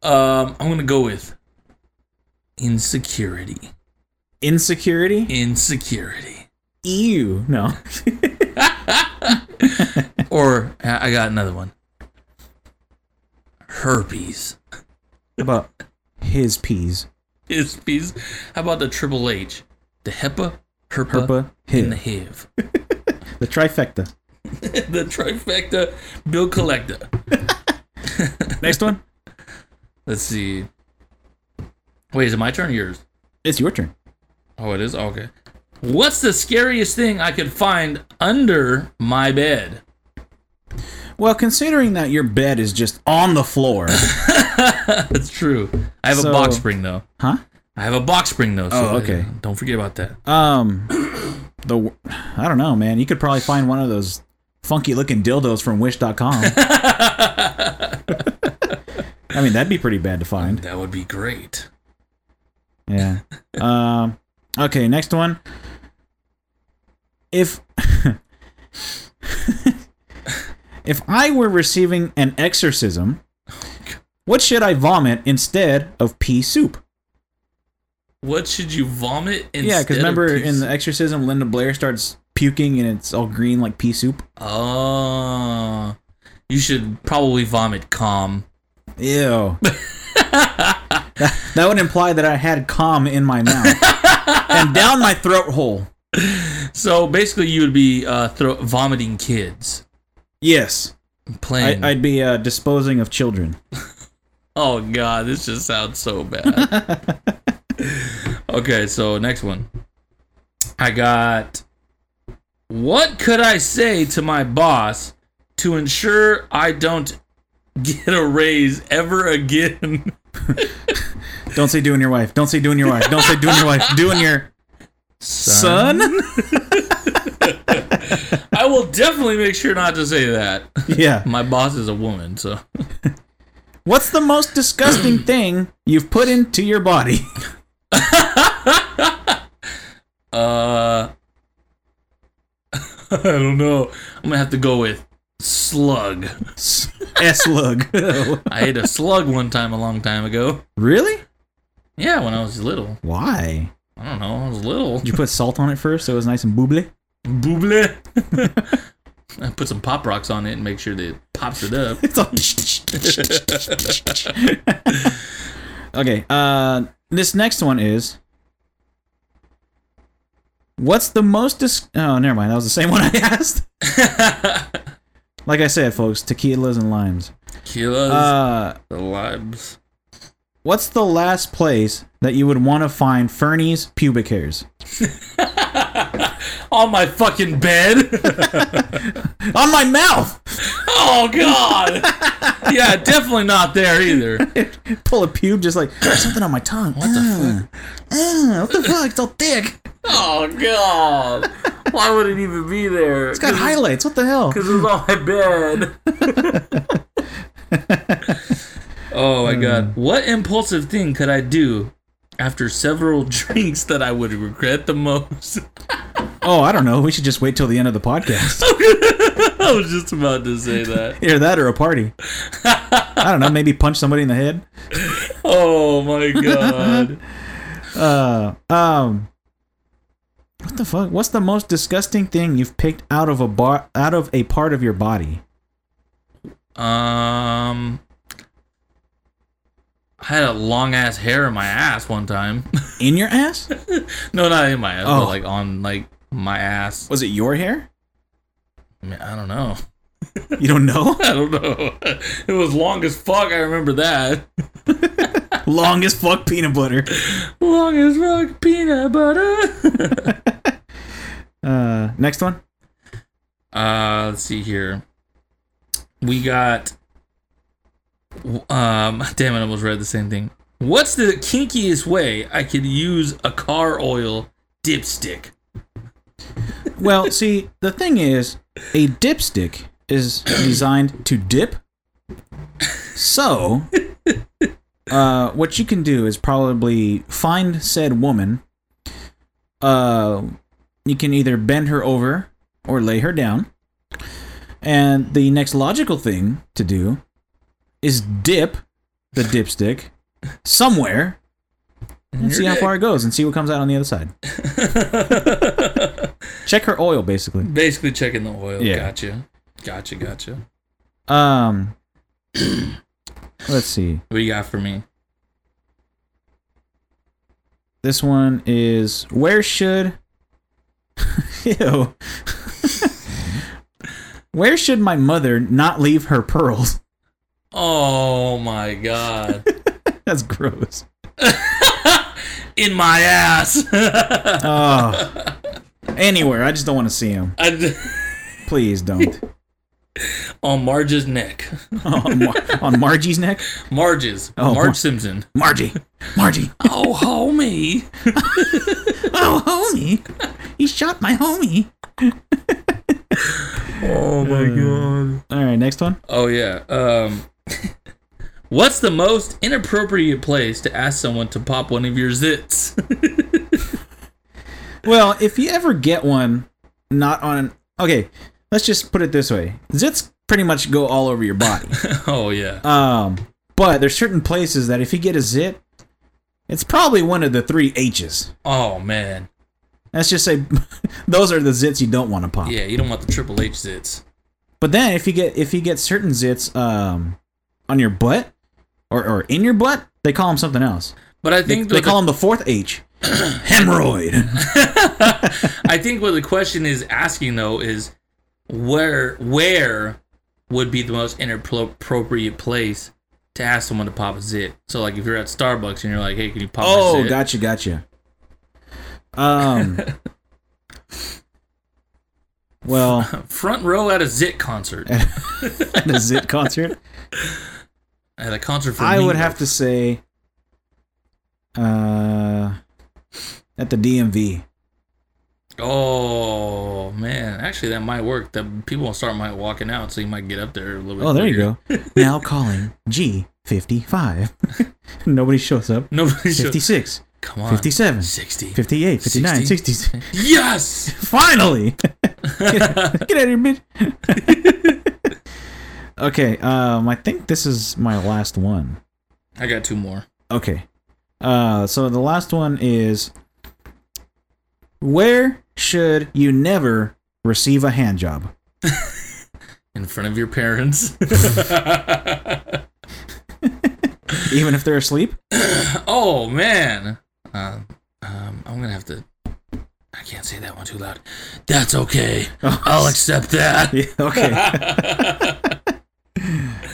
[SPEAKER 2] Um, I'm gonna go with insecurity.
[SPEAKER 3] Insecurity?
[SPEAKER 2] Insecurity.
[SPEAKER 3] Ew. No. *laughs*
[SPEAKER 2] Or I I got another one. Herpes.
[SPEAKER 3] How about his peas?
[SPEAKER 2] His piece. How about the triple H? The HEPA, HERPA,
[SPEAKER 3] Herpa, E
[SPEAKER 2] and the
[SPEAKER 3] hip.
[SPEAKER 2] HIV.
[SPEAKER 3] The trifecta.
[SPEAKER 2] *laughs* the trifecta bill collector.
[SPEAKER 3] *laughs* Next one.
[SPEAKER 2] Let's see. Wait, is it my turn or yours?
[SPEAKER 3] It's your turn.
[SPEAKER 2] Oh, it is? Okay. What's the scariest thing I could find under my bed? *laughs*
[SPEAKER 3] Well, considering that your bed is just on the floor,
[SPEAKER 2] That's true. I have
[SPEAKER 3] So-
[SPEAKER 2] a box spring though.
[SPEAKER 3] *laughs* huh?
[SPEAKER 2] I have a box spring though. So
[SPEAKER 3] Oh, okay.
[SPEAKER 2] don't forget about that.
[SPEAKER 3] Um, the I don't know, man. You could probably find one of those funky looking dildos from *laughs* Wish.com.
[SPEAKER 2] *laughs*
[SPEAKER 3] I mean, that'd be pretty bad to find.
[SPEAKER 2] That would be great.
[SPEAKER 3] *laughs* Yeah. Um. Okay. Next one. If *laughs* if I were receiving an exorcism, what should I vomit instead of pea soup?
[SPEAKER 2] What should you vomit instead?
[SPEAKER 3] yeah, because
[SPEAKER 2] of
[SPEAKER 3] remember
[SPEAKER 2] pea
[SPEAKER 3] in
[SPEAKER 2] soup?
[SPEAKER 3] the exorcism, Linda Blair starts puking and it's all green like pea soup.
[SPEAKER 2] Oh. You should probably vomit calm.
[SPEAKER 3] Ew. that, that would imply that I had calm in my mouth and down my throat hole.
[SPEAKER 2] So basically you would be uh throw- vomiting kids
[SPEAKER 3] Yes, I,
[SPEAKER 2] playing.
[SPEAKER 3] I'd be uh, disposing of children.
[SPEAKER 2] Oh god, this just sounds so bad. okay, so next one. I got What could I say to my boss to ensure I don't get a raise ever again?
[SPEAKER 3] Don't say doing your wife. Don't say doing your wife. Don't say doing your wife. Doing your son.
[SPEAKER 2] I will definitely make sure not to say that.
[SPEAKER 3] *laughs*
[SPEAKER 2] *laughs*
[SPEAKER 3] yeah.
[SPEAKER 2] My boss is a woman, so
[SPEAKER 3] What's the most disgusting thing you've put into your body? *laughs*
[SPEAKER 2] uh *laughs* I don't know. I'm going to have to go with slug.
[SPEAKER 3] S lug.
[SPEAKER 2] I ate a slug one time a long time ago.
[SPEAKER 3] really?
[SPEAKER 2] Yeah, when I was little.
[SPEAKER 3] Why?
[SPEAKER 2] I don't know. I was little.
[SPEAKER 3] Did you put salt on it first so it was nice and bubbly? *laughs*
[SPEAKER 2] Booble. *laughs* I put some pop rocks on it and make sure that it pops it *laughs* up.
[SPEAKER 3] It's all. okay. Uh, this next one is. What's the most dis? Oh, never mind. That was the same *laughs* one I asked. Like I said, folks, tequilas and limes.
[SPEAKER 2] Kill us.
[SPEAKER 3] Uh,
[SPEAKER 2] the lives.
[SPEAKER 3] what's the last place that you would want to find Fernie's pubic hairs?
[SPEAKER 2] On my fucking bed.
[SPEAKER 3] On my mouth.
[SPEAKER 2] *laughs*
[SPEAKER 3] *laughs*
[SPEAKER 2] oh, God. Yeah, definitely not there either. *laughs*
[SPEAKER 3] Pull a pube, just *coughs* like something on my tongue. What the fuck? what the fuck? It's all thick.
[SPEAKER 2] Oh, God. Why would it even be there?
[SPEAKER 3] *laughs* It's got highlights. What the hell?
[SPEAKER 2] Because it was on my bed. *laughs* oh my god. What impulsive thing could I do after several *laughs* drinks that I would regret the most? *laughs*
[SPEAKER 3] Oh, I don't know. We should just wait till the end of the podcast. *laughs*
[SPEAKER 2] I was just about to say that.
[SPEAKER 3] Either that or a *laughs* party. I don't know. Maybe punch somebody in the head.
[SPEAKER 2] Oh my god.
[SPEAKER 3] Uh, um, what the fuck? What's the most disgusting thing you've picked out of a bar out of a part of your body?
[SPEAKER 2] *laughs* Um. I had a long ass hair in my ass one time. *laughs*
[SPEAKER 3] In your ass?
[SPEAKER 2] no, not in my ass,
[SPEAKER 3] Oh.
[SPEAKER 2] but like on like my ass.
[SPEAKER 3] Was it your hair?
[SPEAKER 2] I, mean, I don't know. *laughs*
[SPEAKER 3] You don't know? *laughs*
[SPEAKER 2] I don't know. *laughs* It was long as fuck. I remember that.
[SPEAKER 3] Long as fuck peanut butter.
[SPEAKER 2] Long as fuck peanut butter. *laughs*
[SPEAKER 3] Uh, next one.
[SPEAKER 2] uh, let's see here. We got. Um, *laughs* damn it! I almost read the same thing. What's the kinkiest way I could use a car oil dipstick?
[SPEAKER 3] Well, see, the thing is, a dipstick is designed to dip. So, uh, what you can do is probably find said woman. Uh, you can either bend her over or lay her down. And the next logical thing to do is dip the dipstick somewhere and see how far it goes and see what comes out on the other side. Check her oil, basically.
[SPEAKER 2] Basically, checking the oil.
[SPEAKER 3] Yeah.
[SPEAKER 2] Gotcha. Gotcha. Gotcha.
[SPEAKER 3] Um, let's see.
[SPEAKER 2] What you got for me?
[SPEAKER 3] This one is where should *laughs* ew. *laughs* where should my mother not leave her pearls? *laughs*
[SPEAKER 2] Oh my god.
[SPEAKER 3] That's gross.
[SPEAKER 2] In my ass. *laughs*
[SPEAKER 3] Oh. Anywhere, I just don't want to see them.
[SPEAKER 2] I d-
[SPEAKER 3] Please don't. *laughs*
[SPEAKER 2] on Marge's neck.
[SPEAKER 3] on, Mar- on Margie's neck,
[SPEAKER 2] Marge's.
[SPEAKER 3] Oh,
[SPEAKER 2] Marge
[SPEAKER 3] Mar-
[SPEAKER 2] Simpson.
[SPEAKER 3] Margie, Margie. *laughs*
[SPEAKER 2] Oh, homie.
[SPEAKER 3] Oh, homie, he shot my homie.
[SPEAKER 2] Oh my god.
[SPEAKER 3] All right, next one.
[SPEAKER 2] Oh yeah. Um *laughs* What's the most inappropriate place to ask someone to pop one of your zits? *laughs*
[SPEAKER 3] Well, if you ever get one, not on. Okay, let's just put it this way: zits pretty much go all over your body.
[SPEAKER 2] oh yeah.
[SPEAKER 3] Um, but there's certain places that if you get a zit, it's probably one of the three H's.
[SPEAKER 2] Oh man.
[SPEAKER 3] Let's just say *laughs* those are the zits you don't want to pop.
[SPEAKER 2] Yeah, you don't want the Triple H zits.
[SPEAKER 3] But then if you get if you get certain zits um on your butt or or in your butt, they call them something else.
[SPEAKER 2] But I
[SPEAKER 3] They,
[SPEAKER 2] think
[SPEAKER 3] they
[SPEAKER 2] what the-
[SPEAKER 3] call them the fourth H, hemorrhoid.
[SPEAKER 2] I think what the question is asking though is where where would be the most inappropriate place to ask someone to pop a zit? So like if you're at Starbucks and you're like, hey, can you pop my
[SPEAKER 3] Oh,
[SPEAKER 2] zit?
[SPEAKER 3] gotcha, gotcha. Um. Well,
[SPEAKER 2] Front row at a zit concert.
[SPEAKER 3] at a zit concert,
[SPEAKER 2] at a concert for
[SPEAKER 3] I
[SPEAKER 2] me.
[SPEAKER 3] would have to say, uh, at the DMV.
[SPEAKER 2] Oh man, actually that might work. That people will start might walking out, so you might get up there a little bit.
[SPEAKER 3] Oh, there you
[SPEAKER 2] quicker. *laughs*
[SPEAKER 3] go. Now calling G fifty five. *laughs* Nobody shows
[SPEAKER 2] *laughs*
[SPEAKER 3] up.
[SPEAKER 2] Nobody should.
[SPEAKER 3] 56,
[SPEAKER 2] Come on.
[SPEAKER 3] 57,
[SPEAKER 2] 60.
[SPEAKER 3] 58, 59, 60.
[SPEAKER 2] Yes.
[SPEAKER 3] Finally! get, get out of here, bitch. okay, um, I think this is my last one.
[SPEAKER 2] I got two more.
[SPEAKER 3] Okay. Uh, so the last one is Where should you never receive a hand job?
[SPEAKER 2] In front of your parents. *laughs*
[SPEAKER 3] Even if they're asleep? *laughs*
[SPEAKER 2] Oh man, uh, um, I'm gonna have to. I can't say that one too loud. That's
[SPEAKER 3] *laughs*
[SPEAKER 2] okay. I'll accept that.
[SPEAKER 3] Oh. Yeah, okay.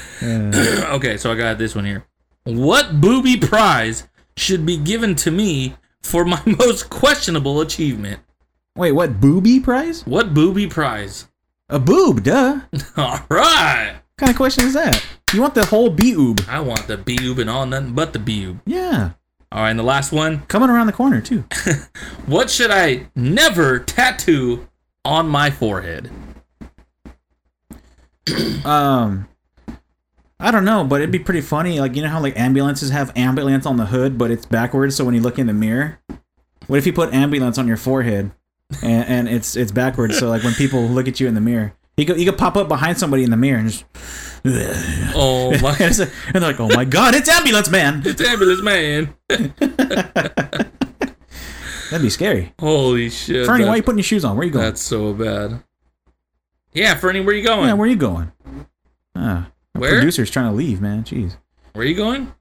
[SPEAKER 2] *laughs*
[SPEAKER 3] Uh,
[SPEAKER 2] okay, so I got this one here. What booby prize should be given to me for my *laughs* most questionable achievement?
[SPEAKER 3] wait, what? Booby prize?
[SPEAKER 2] What booby prize?
[SPEAKER 3] A boob, duh. What
[SPEAKER 2] *laughs* All right,
[SPEAKER 3] kind of question is that? You want the whole B-oob.
[SPEAKER 2] I want the boob and all nothing but the boob.
[SPEAKER 3] Yeah.
[SPEAKER 2] All right, and the last one.
[SPEAKER 3] Coming around the corner, too.
[SPEAKER 2] What should I never tattoo on my forehead?
[SPEAKER 3] Um, I don't know, but it'd be pretty funny. Like you know how like ambulances have ambulance on the hood, but it's backwards. So when you look in the mirror, what if you put ambulance on your forehead, and, and it's it's backwards? So like when people look at you in the mirror, you could you could pop up behind somebody in the mirror and just *laughs*
[SPEAKER 2] Oh my!
[SPEAKER 3] and, it's- and they're like, oh my god, it's ambulance man.
[SPEAKER 2] it's ambulance man.
[SPEAKER 3] That'd be scary.
[SPEAKER 2] Holy shit!
[SPEAKER 3] Fernie,
[SPEAKER 2] that's-
[SPEAKER 3] why are you putting your shoes on? Where are you going?
[SPEAKER 2] That's so bad. Yeah, Fernie, where you going?
[SPEAKER 3] yeah,
[SPEAKER 2] where,
[SPEAKER 3] where are you going? Uh, our
[SPEAKER 2] Where?
[SPEAKER 3] producer's trying to leave, man. Jeez.
[SPEAKER 2] you going?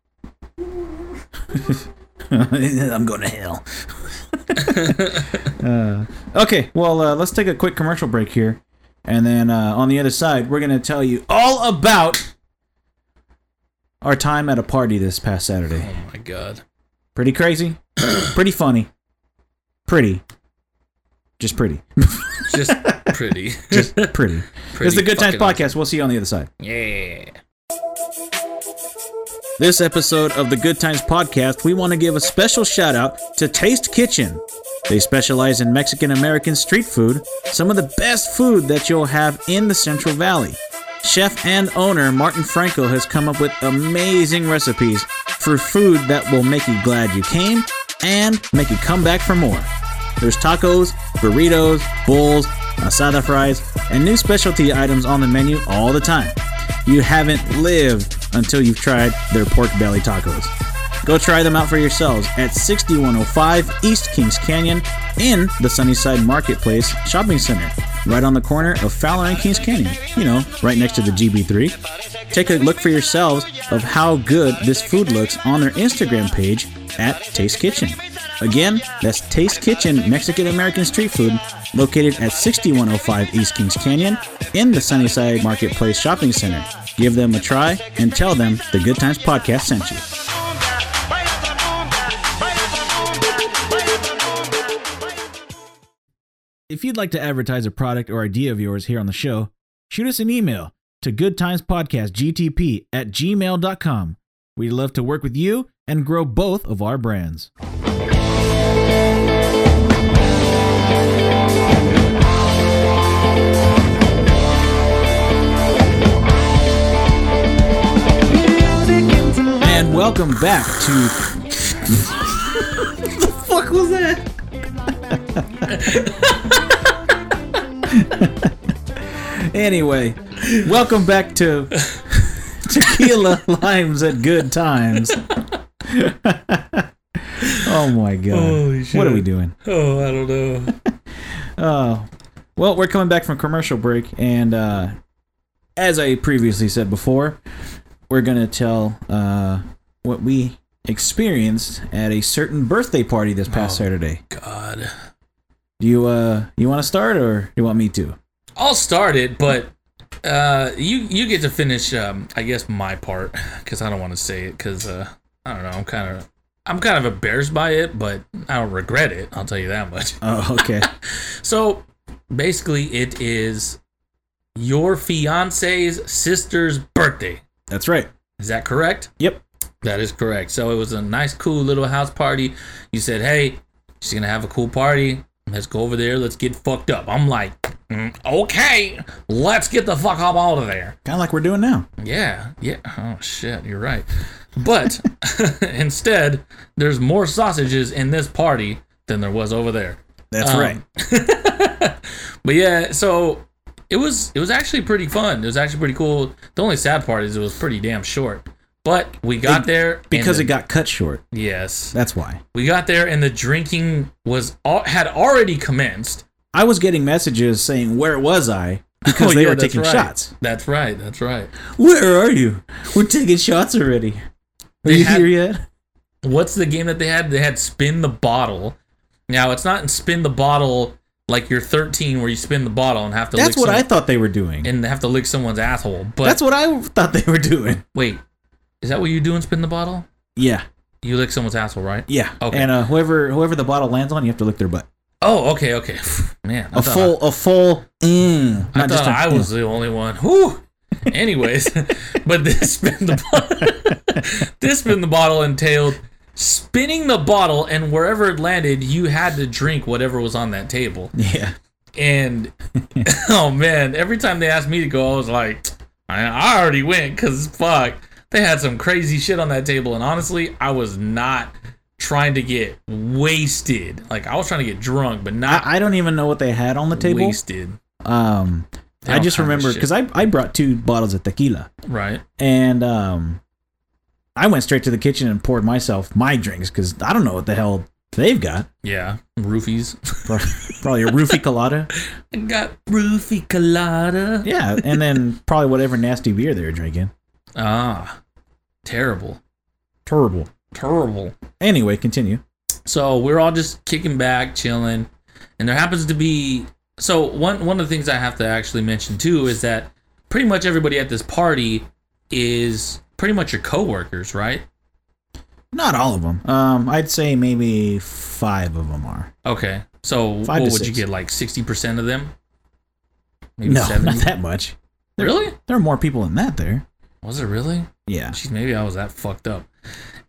[SPEAKER 3] *laughs* I'm going to hell. *laughs* uh, okay, well, uh, let's take a quick commercial break here. And then uh, on the other side, we're going to tell you all about our time at a party this past Saturday.
[SPEAKER 2] Oh my god.
[SPEAKER 3] Pretty crazy,
[SPEAKER 2] *coughs*
[SPEAKER 3] pretty funny, pretty. Just pretty.
[SPEAKER 2] Just pretty. *laughs*
[SPEAKER 3] Just pretty.
[SPEAKER 2] pretty
[SPEAKER 3] it's the Good Times
[SPEAKER 2] fucking awesome.
[SPEAKER 3] Podcast. We'll see you on the other side.
[SPEAKER 2] Yeah.
[SPEAKER 3] This episode of the Good Times Podcast, we want to give a special shout out to Taste Kitchen. They specialize in Mexican American street food, some of the best food that you'll have in the Central Valley. Chef and owner Martin Franco has come up with amazing recipes for food that will make you glad you came and make you come back for more. There's tacos, burritos, bowls, asada fries, and new specialty items on the menu all the time. You haven't lived until you've tried their pork belly tacos. Go try them out for yourselves at 6105 East Kings Canyon in the Sunnyside Marketplace Shopping Center, right on the corner of Fowler and Kings Canyon, you know, right next to the GB3. Take a look for yourselves of how good this food looks on their Instagram page at Taste Kitchen. Again, that's Taste Kitchen Mexican American Street Food, located at 6105 East Kings Canyon in the Sunnyside Marketplace Shopping Center. Give them a try and tell them the Good Times Podcast sent you. If you'd like to advertise a product or idea of yours here on the show, shoot us an email to goodtimespodcastgtp at gmail.com. We'd love to work with you and grow both of our brands. And welcome back to. the fuck was that? anyway, welcome back to *laughs* Tequila Limes at Good *laughs* Times. oh my god.
[SPEAKER 2] Holy shit.
[SPEAKER 3] What are we doing?
[SPEAKER 2] Oh, I don't know.
[SPEAKER 3] Oh, well, we're coming back from commercial break, and uh, as I previously said before, we're gonna tell uh, what we experienced at a certain birthday party this
[SPEAKER 2] Oh.
[SPEAKER 3] past Saturday.
[SPEAKER 2] God.
[SPEAKER 3] Do you uh, you want to start, or you want me to?
[SPEAKER 2] I'll start it, but uh, you you get to finish. Um, I guess my part because I don't want to say it because uh, I don't know. I'm kind of I'm kind of embarrassed by it, but I don't regret it. I'll tell you that much. *laughs*
[SPEAKER 3] Oh, okay.
[SPEAKER 2] So basically, it is your fiance's sister's birthday.
[SPEAKER 3] *laughs* That's right.
[SPEAKER 2] Is that correct?
[SPEAKER 3] Yep.
[SPEAKER 2] That is correct. So it was a nice, cool little house party. You said, "Hey, she's gonna have a cool party. Let's go over there. Let's get fucked up." I'm like, "Mm, "Okay, let's get the fuck up out of there."
[SPEAKER 3] Kind of like we're doing now.
[SPEAKER 2] Yeah, yeah. Oh shit, you're right. But *laughs* instead, there's more sausages in this party than there was over there.
[SPEAKER 3] That's
[SPEAKER 2] Um,
[SPEAKER 3] right.
[SPEAKER 2] But yeah, so it was it was actually pretty fun. It was actually pretty cool. The only sad part is it was pretty damn short. But we got there and
[SPEAKER 3] Because
[SPEAKER 2] the-
[SPEAKER 3] it got cut short.
[SPEAKER 2] yes,
[SPEAKER 3] That's why.
[SPEAKER 2] we got there and the drinking was al- had already commenced.
[SPEAKER 3] I was getting messages saying, "Where was I?" Because
[SPEAKER 2] Oh,
[SPEAKER 3] they
[SPEAKER 2] yeah,
[SPEAKER 3] were
[SPEAKER 2] that's
[SPEAKER 3] taking
[SPEAKER 2] right.
[SPEAKER 3] shots.
[SPEAKER 2] That's right. That's right.
[SPEAKER 3] Where are you? We're taking shots already. Are
[SPEAKER 2] They
[SPEAKER 3] you
[SPEAKER 2] had-
[SPEAKER 3] here yet?
[SPEAKER 2] what's the game that they had? They had spin the bottle. Now it's not in spin the bottle like you're 13 where you spin the bottle and have to
[SPEAKER 3] That's
[SPEAKER 2] lick
[SPEAKER 3] what I
[SPEAKER 2] some-
[SPEAKER 3] thought they were doing.
[SPEAKER 2] and have to lick someone's asshole. But
[SPEAKER 3] That's what I thought they were doing.
[SPEAKER 2] wait, is that what you do in spin the bottle?
[SPEAKER 3] Yeah,
[SPEAKER 2] You lick someone's asshole, right?
[SPEAKER 3] yeah.
[SPEAKER 2] Okay.
[SPEAKER 3] And uh, whoever whoever the bottle lands on, you have to lick their butt.
[SPEAKER 2] Oh, okay, okay. *laughs* Man, I
[SPEAKER 3] A
[SPEAKER 2] thought
[SPEAKER 3] full, a full. Mm,
[SPEAKER 2] I, I thought I was the only one. Whew. Anyways, *laughs* but this spin the bottle, *laughs* this spin the bottle entailed spinning the bottle, and wherever it landed, you had to drink whatever was on that table.
[SPEAKER 3] Yeah.
[SPEAKER 2] And *laughs* oh man, every time they asked me to go, I was like, I, I already went because fuck, they had some crazy shit on that table. And honestly, I was not trying to get wasted. Like I was trying to get drunk, but not
[SPEAKER 3] I, I don't even know what they had on the table.
[SPEAKER 2] wasted.
[SPEAKER 3] Um,
[SPEAKER 2] They
[SPEAKER 3] I
[SPEAKER 2] all
[SPEAKER 3] just
[SPEAKER 2] kinda
[SPEAKER 3] remember
[SPEAKER 2] shit.
[SPEAKER 3] because I I brought two bottles of tequila
[SPEAKER 2] Right.
[SPEAKER 3] and um, I went straight to the kitchen and poured myself my drinks because I don't know what the hell they've got.
[SPEAKER 2] Yeah. Roofies.
[SPEAKER 3] Pro- *laughs* Probably a roofie colada.
[SPEAKER 2] I got roofie colada.
[SPEAKER 3] Yeah, and then probably whatever nasty beer they were drinking.
[SPEAKER 2] Ah, terrible,
[SPEAKER 3] Terrible.
[SPEAKER 2] terrible.
[SPEAKER 3] Anyway, continue.
[SPEAKER 2] So we're all just kicking back, chilling, and there happens to be so one one of the things I have to actually mention too is that pretty much everybody at this party is pretty much your coworkers, right?
[SPEAKER 3] Not all of them. Um, I'd say maybe five of them are.
[SPEAKER 2] Okay, so
[SPEAKER 3] Five to
[SPEAKER 2] what would you
[SPEAKER 3] six.
[SPEAKER 2] get? Like sixty percent of them? *laughs*
[SPEAKER 3] no, not that much.
[SPEAKER 2] Really?
[SPEAKER 3] There are more people than that there.
[SPEAKER 2] Was it really?
[SPEAKER 3] Yeah.
[SPEAKER 2] Jeez, maybe I was that fucked up.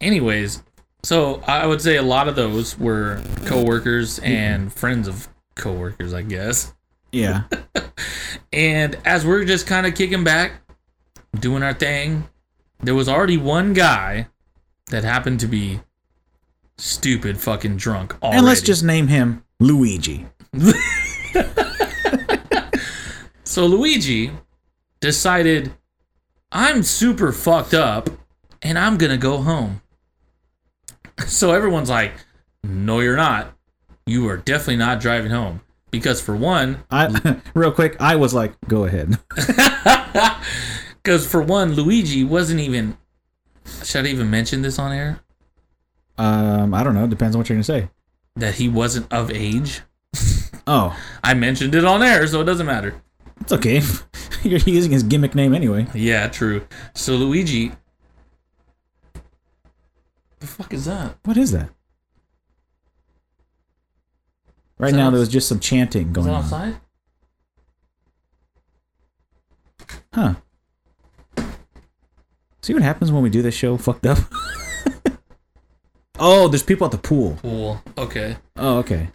[SPEAKER 2] Anyways, So I would say a lot of those were
[SPEAKER 3] Mm-hmm.
[SPEAKER 2] coworkers and friends of coworkers, I guess.
[SPEAKER 3] Yeah.
[SPEAKER 2] And as we're just kind of kicking back, doing our thing, there was already one guy that happened to be stupid fucking drunk already.
[SPEAKER 3] And let's just name him Luigi.
[SPEAKER 2] So Luigi decided, I'm super fucked up and I'm going to go home. *laughs* So everyone's like, No, you're not. You are definitely not driving home. Because for one,
[SPEAKER 3] I *laughs* real quick, I was like, go ahead.
[SPEAKER 2] because for one, Luigi wasn't even. Should I even mention this on air?
[SPEAKER 3] Um, I don't know. Depends on what you're gonna say.
[SPEAKER 2] That he wasn't of age?
[SPEAKER 3] Oh,
[SPEAKER 2] I mentioned it on air, so it doesn't matter.
[SPEAKER 3] it's okay. *laughs* you're using his gimmick name anyway.
[SPEAKER 2] Yeah, true. So Luigi. The fuck is that?
[SPEAKER 3] What is that? Right
[SPEAKER 2] Is that
[SPEAKER 3] now,
[SPEAKER 2] outs-
[SPEAKER 3] there was just some chanting
[SPEAKER 2] Is
[SPEAKER 3] going
[SPEAKER 2] that
[SPEAKER 3] on.
[SPEAKER 2] outside?
[SPEAKER 3] Huh. See what happens when we do this show fucked up? *laughs* oh, there's people at the pool.
[SPEAKER 2] Cool. Okay.
[SPEAKER 3] Oh, okay.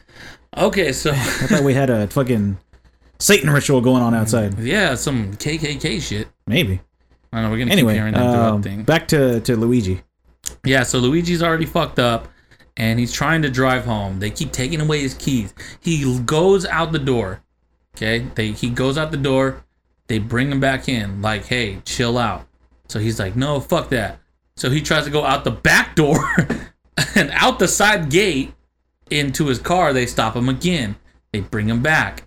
[SPEAKER 2] Okay, so *laughs*
[SPEAKER 3] I thought we had a fucking Satan ritual going on outside.
[SPEAKER 2] yeah, some KKK shit.
[SPEAKER 3] Maybe.
[SPEAKER 2] I don't know. We're gonna
[SPEAKER 3] Anyway,
[SPEAKER 2] keep hearing that
[SPEAKER 3] um,
[SPEAKER 2] throughout thing.
[SPEAKER 3] back to, to Luigi.
[SPEAKER 2] Yeah, so Luigi's already fucked up and he's trying to drive home. They keep taking away his keys. He l- goes out the door. Okay? They he goes out the door. They bring him back in like, "Hey, chill out." So he's like, "No, fuck that." So he tries to go out the back door *laughs* and out the side gate into his car. They stop him again. They bring him back.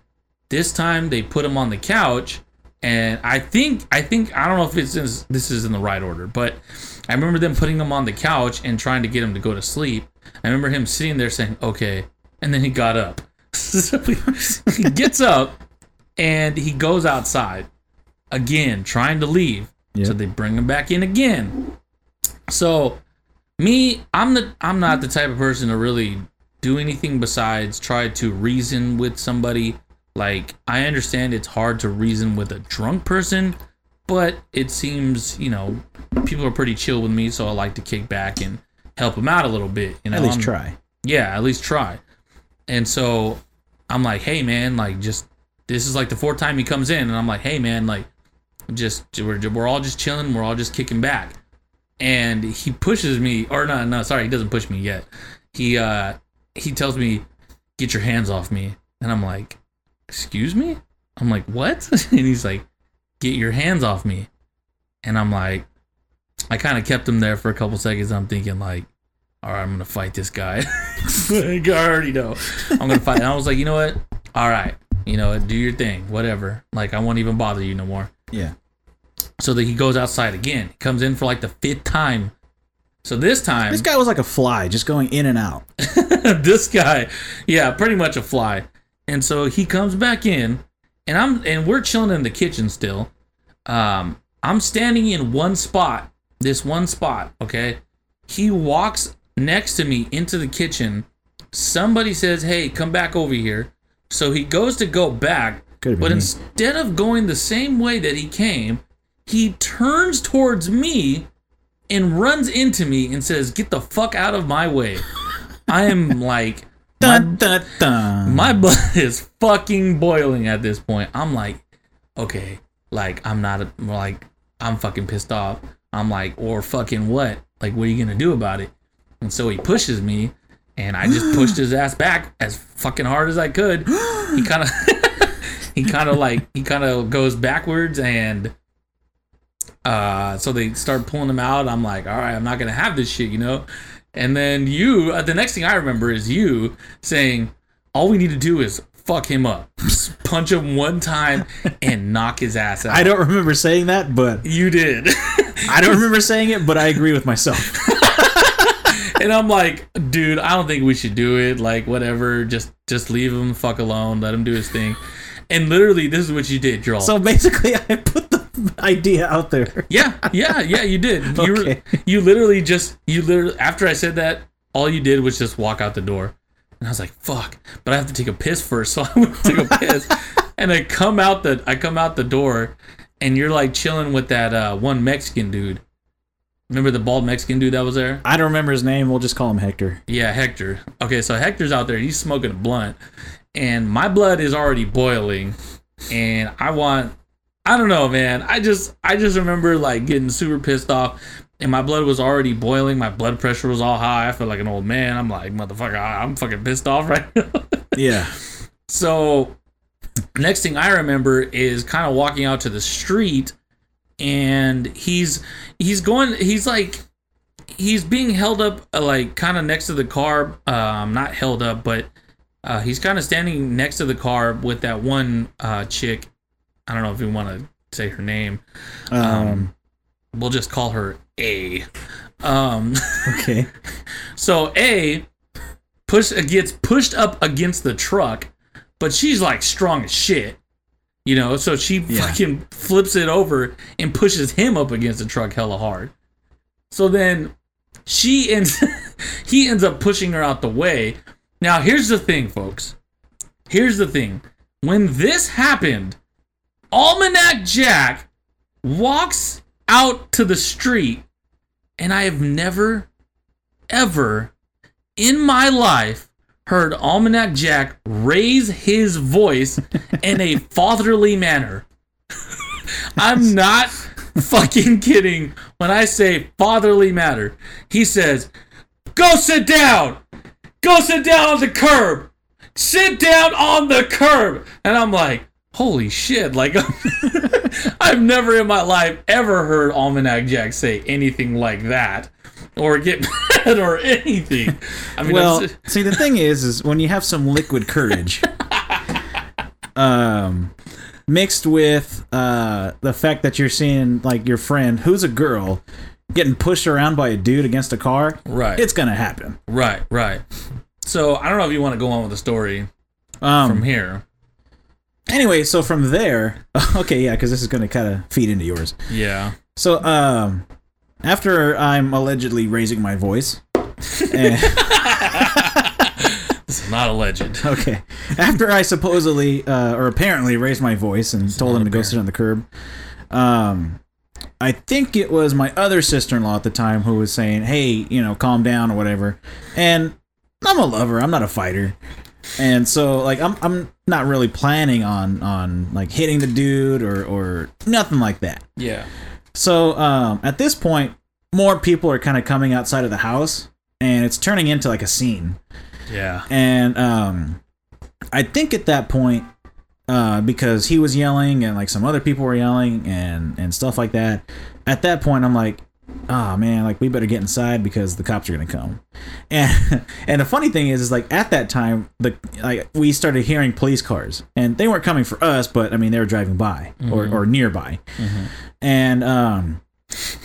[SPEAKER 2] This time they put him on the couch and I think I think I don't know if it's in, this is in the right order, but I remember them putting him on the couch and trying to get him to go to sleep. I remember him sitting there saying, "Okay," and then he got up. *laughs* so he, he gets up and he goes outside again, trying to leave. So
[SPEAKER 3] Yep.
[SPEAKER 2] they bring him back in again. So me, I'm the I'm not the type of person to really do anything besides try to reason with somebody. Like I understand it's hard to reason with a drunk person, but it seems you know people are pretty chill with me, so I like to kick back and help them out a little bit. You know,
[SPEAKER 3] At least
[SPEAKER 2] I'm-
[SPEAKER 3] try.
[SPEAKER 2] yeah, at least try. And so I'm like, hey man, like just this is like the fourth time he comes in, and I'm like, hey man, like just we're we're all just chilling, we're all just kicking back. And he pushes me, or no, no, sorry, he doesn't push me yet. He uh he tells me, get your hands off me, and I'm like, excuse me? I'm like, what? *laughs* and he's like, get your hands off me, and I'm like, I kind of kept him there for a couple seconds. I'm thinking like all right, I'm gonna fight this guy. *laughs* Like, I already know. I'm gonna fight. And I was like, you know what? All right, you know, do your thing, whatever. Like, I won't even bother you no more.
[SPEAKER 3] Yeah.
[SPEAKER 2] So that he goes outside again. He comes in for like the fifth time. So this time,
[SPEAKER 3] This guy was like a fly, just going in and out.
[SPEAKER 2] *laughs* this guy, yeah, pretty much a fly. And so he comes back in, and I'm and we're chilling in the kitchen still. Um, I'm standing in one spot, this one spot, okay? He walks next to me into the kitchen. Somebody says, "Hey, come back over here." So he goes to go back,
[SPEAKER 3] Could have been
[SPEAKER 2] but
[SPEAKER 3] me.
[SPEAKER 2] instead of going the same way that he came, he turns towards me and runs into me and says, "Get the fuck out of my way." I am like
[SPEAKER 3] Dun, dun, dun.
[SPEAKER 2] my blood *laughs* is fucking boiling at this point. I'm like, okay, like I'm not a- like I'm fucking pissed off. I'm like, or fucking what? Like, what are you gonna do about it? And so he pushes me, and I just pushed his ass back as fucking hard as I could. *gasps* He kind of, *laughs* he kind of like he kind of goes backwards, and uh, so they start pulling him out. I'm like, all right, I'm not gonna have this shit, you know. And then you, uh, the next thing I remember is you saying, all we need to do is fuck him up, *laughs* Just punch him one time, and knock his ass out.
[SPEAKER 3] I don't remember saying that, but
[SPEAKER 2] You did. *laughs*
[SPEAKER 3] I don't remember saying it, but I agree with myself.
[SPEAKER 2] and I'm like, dude, I don't think we should do it. Like, whatever, just just leave him fuck alone, let him do his thing. And literally, this is what you did, Joel.
[SPEAKER 3] So basically, I put the idea out there.
[SPEAKER 2] yeah, yeah, yeah, you did. You
[SPEAKER 3] Okay.
[SPEAKER 2] were, you literally just you literally after I said that, all you did was just walk out the door. And I was like, fuck, but I have to take a piss first, so *laughs* I went to take a piss. and I come out the I come out the door and you're like chilling with that uh, one Mexican dude. Remember the bald Mexican dude that was there?
[SPEAKER 3] I don't remember his name. We'll just call him Hector.
[SPEAKER 2] Yeah, Hector. Okay, so Hector's out there. He's smoking a blunt, and my blood is already boiling, and I want. I don't know, man. I just I just remember like getting super pissed off, and my blood was already boiling. My blood pressure was all high. I felt like an old man. I'm like, motherfucker, I, I'm fucking pissed off right *laughs* now.
[SPEAKER 3] Yeah.
[SPEAKER 2] So, next thing I remember is kind of walking out to the street, and he's he's going. He's like he's being held up, uh, like kind of next to the car. Um, not held up, but uh, he's kind of standing next to the car with that one uh, chick. I don't know if you want to say her name.
[SPEAKER 3] Um,
[SPEAKER 2] We'll just call her A. Um,
[SPEAKER 3] *laughs* okay.
[SPEAKER 2] so A push gets pushed up against the truck, but she's like strong as shit. You know, so she
[SPEAKER 3] Yeah.
[SPEAKER 2] fucking flips it over and pushes him up against the truck hella hard. So then she ends *laughs* he ends up pushing her out the way. Now here's the thing, folks. Here's the thing. When this happened, Almanac Jack walks out to the street, and I have never, ever in my life heard Almanac Jack raise his voice in a fatherly manner. *laughs* I'm not fucking kidding when I say fatherly manner. He says, Go sit down! Go sit down on the curb! Sit down on the curb! And I'm like, Holy shit. Like, *laughs* I've never in my life ever heard Almanac Jack say anything like that or get *laughs* mad or anything. I mean,
[SPEAKER 3] Well,
[SPEAKER 2] that's-
[SPEAKER 3] *laughs* see, the thing is, is when you have some liquid courage, um, mixed with uh, the fact that you're seeing like your friend, who's a girl, getting pushed around by a dude against a car,
[SPEAKER 2] right.
[SPEAKER 3] it's gonna happen.
[SPEAKER 2] Right, right. So I don't know if you want to go on with the story
[SPEAKER 3] Um,
[SPEAKER 2] from here.
[SPEAKER 3] anyway, so from there, *laughs* okay, yeah, because this is gonna kind of feed into yours.
[SPEAKER 2] Yeah.
[SPEAKER 3] So, um, after I'm allegedly raising
[SPEAKER 2] *laughs*
[SPEAKER 3] my voice. and-
[SPEAKER 2] This is not *laughs* alleged.
[SPEAKER 3] *laughs* Okay. After I supposedly uh, or apparently raised my voice and told him to go sit on the curb, um, I think it was my other sister-in-law at the time who was saying, "Hey, you know, calm down or whatever." And I'm a lover. I'm not a fighter. And so, like, I'm I'm not really planning on on like hitting the dude or or nothing like that.
[SPEAKER 2] Yeah.
[SPEAKER 3] So um, at this point, more people are kind of coming outside of the house, and it's turning into like a scene
[SPEAKER 2] Yeah.
[SPEAKER 3] and um, I think at that point, uh, because he was yelling and like some other people were yelling and and stuff like that. At that point, I'm like, oh man, like we better get inside because the cops are gonna come. *laughs* And and the funny thing is, is like at that time, the like we started hearing police cars, and they weren't coming for us, but I mean they were driving by or or nearby, and um.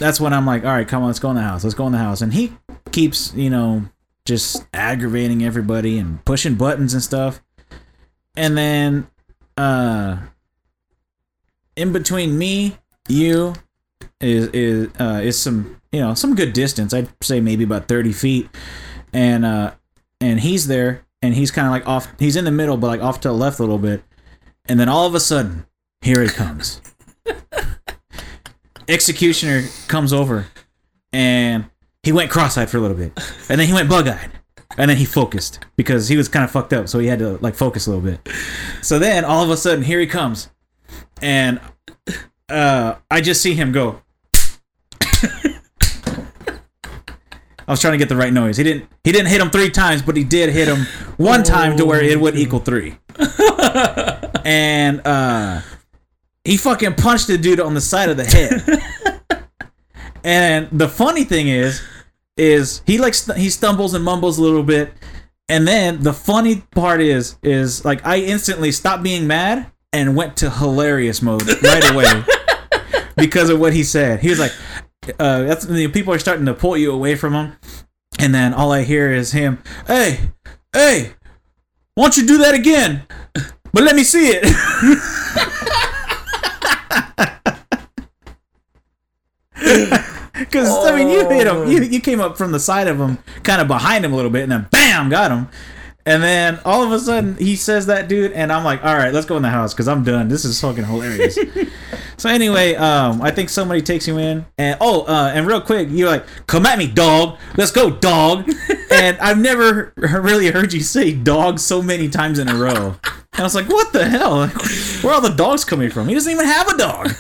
[SPEAKER 3] That's when I'm like, all right, come on, let's go in the house. Let's go in the house. And he keeps, you know, just aggravating everybody and pushing buttons and stuff. And then uh in between me, you is is uh is some you know, some good distance. I'd say maybe about thirty feet. And uh and he's there and he's kinda like off he's in the middle but like off to the left a little bit. And then all of a sudden, here he comes. Executioner comes over and he went cross-eyed for a little bit, and then he went bug-eyed, and then he focused because he was kind of fucked up, so he had to like focus a little bit. So then all of a sudden, here he comes, and uh, I just see him go. *laughs* I was trying to get the right noise. He didn't. He didn't hit him three times, but he did hit him one time to where it would equal three. and uh, he fucking punched the dude on the side of the head. and the funny thing is, is he like st- he stumbles and mumbles a little bit and then the funny part is is like i instantly stopped being mad and went to hilarious mode right away because of what he said he was like uh that's the people are starting to pull you away from him and then all i hear is him hey hey won't you do that again but let me see it *laughs* Because I mean, you hit him. You, you came up from the side of him, kind of behind him a little bit, and then bam, got him. And then all of a sudden he says that dude, and I'm like, all right, let's go in the house because I'm done. This is fucking hilarious. so anyway, um, I think somebody takes you in, and oh, uh, and real quick, you're like, come at me, dog. Let's
[SPEAKER 2] *laughs*
[SPEAKER 3] go, dog. and I've never *laughs* really heard you say dog so many times in a row. And I was like, what the hell? Where are all the dogs coming from? He doesn't even have
[SPEAKER 2] *laughs*
[SPEAKER 3] a dog.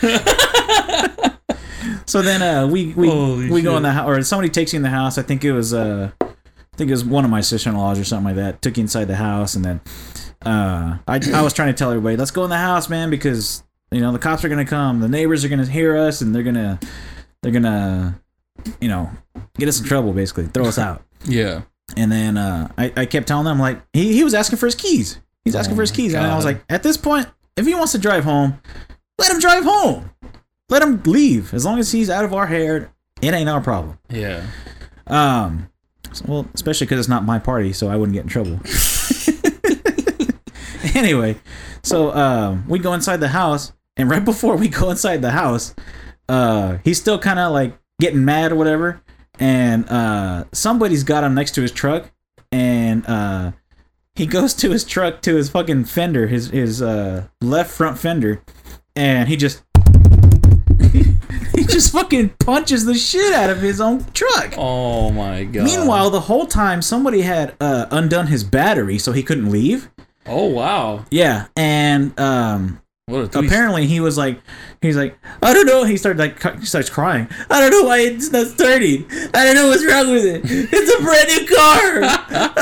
[SPEAKER 3] so then uh, we we,
[SPEAKER 2] Holy
[SPEAKER 3] we go
[SPEAKER 2] shit.
[SPEAKER 3] in the house, or somebody takes you in the house. I think it was uh, I think it was one of my sister-in-laws or something like that. Took you inside the house, and then uh, I I was trying to tell everybody, let's go in the house, man, because you know the cops are gonna come, the neighbors are gonna hear us, and they're gonna they're gonna you know get us in trouble, basically, throw us out.
[SPEAKER 2] Yeah.
[SPEAKER 3] And then uh, I, I kept telling them like he, he was asking for his keys. He's asking for his keys, and I was
[SPEAKER 2] God.
[SPEAKER 3] like, at this point, if he wants to drive home, let him drive home. Let him leave. As long as he's out of our hair, it ain't our problem.
[SPEAKER 2] Yeah.
[SPEAKER 3] Um, so- well, especially because it's not my party, so I wouldn't get in trouble. *laughs* anyway, so um, we go inside the house, and right *laughs* before we go inside the house, uh, he's still kind of like getting mad or whatever, and uh, somebody's got him next to his truck, and uh, he *laughs* goes to his truck to his fucking fender, his his uh, left front fender, and he just. *laughs* He just fucking punches the shit out of his own truck.
[SPEAKER 2] Oh my god.
[SPEAKER 3] Meanwhile, the whole time somebody had uh, undone his battery, so he couldn't leave.
[SPEAKER 2] Oh wow.
[SPEAKER 3] Yeah, and um,
[SPEAKER 2] What a twist.
[SPEAKER 3] apparently he was like, he's like, I don't know. He started like, cu- he starts crying. I don't know why it's not starting. I don't know what's wrong with it. It's a brand new car.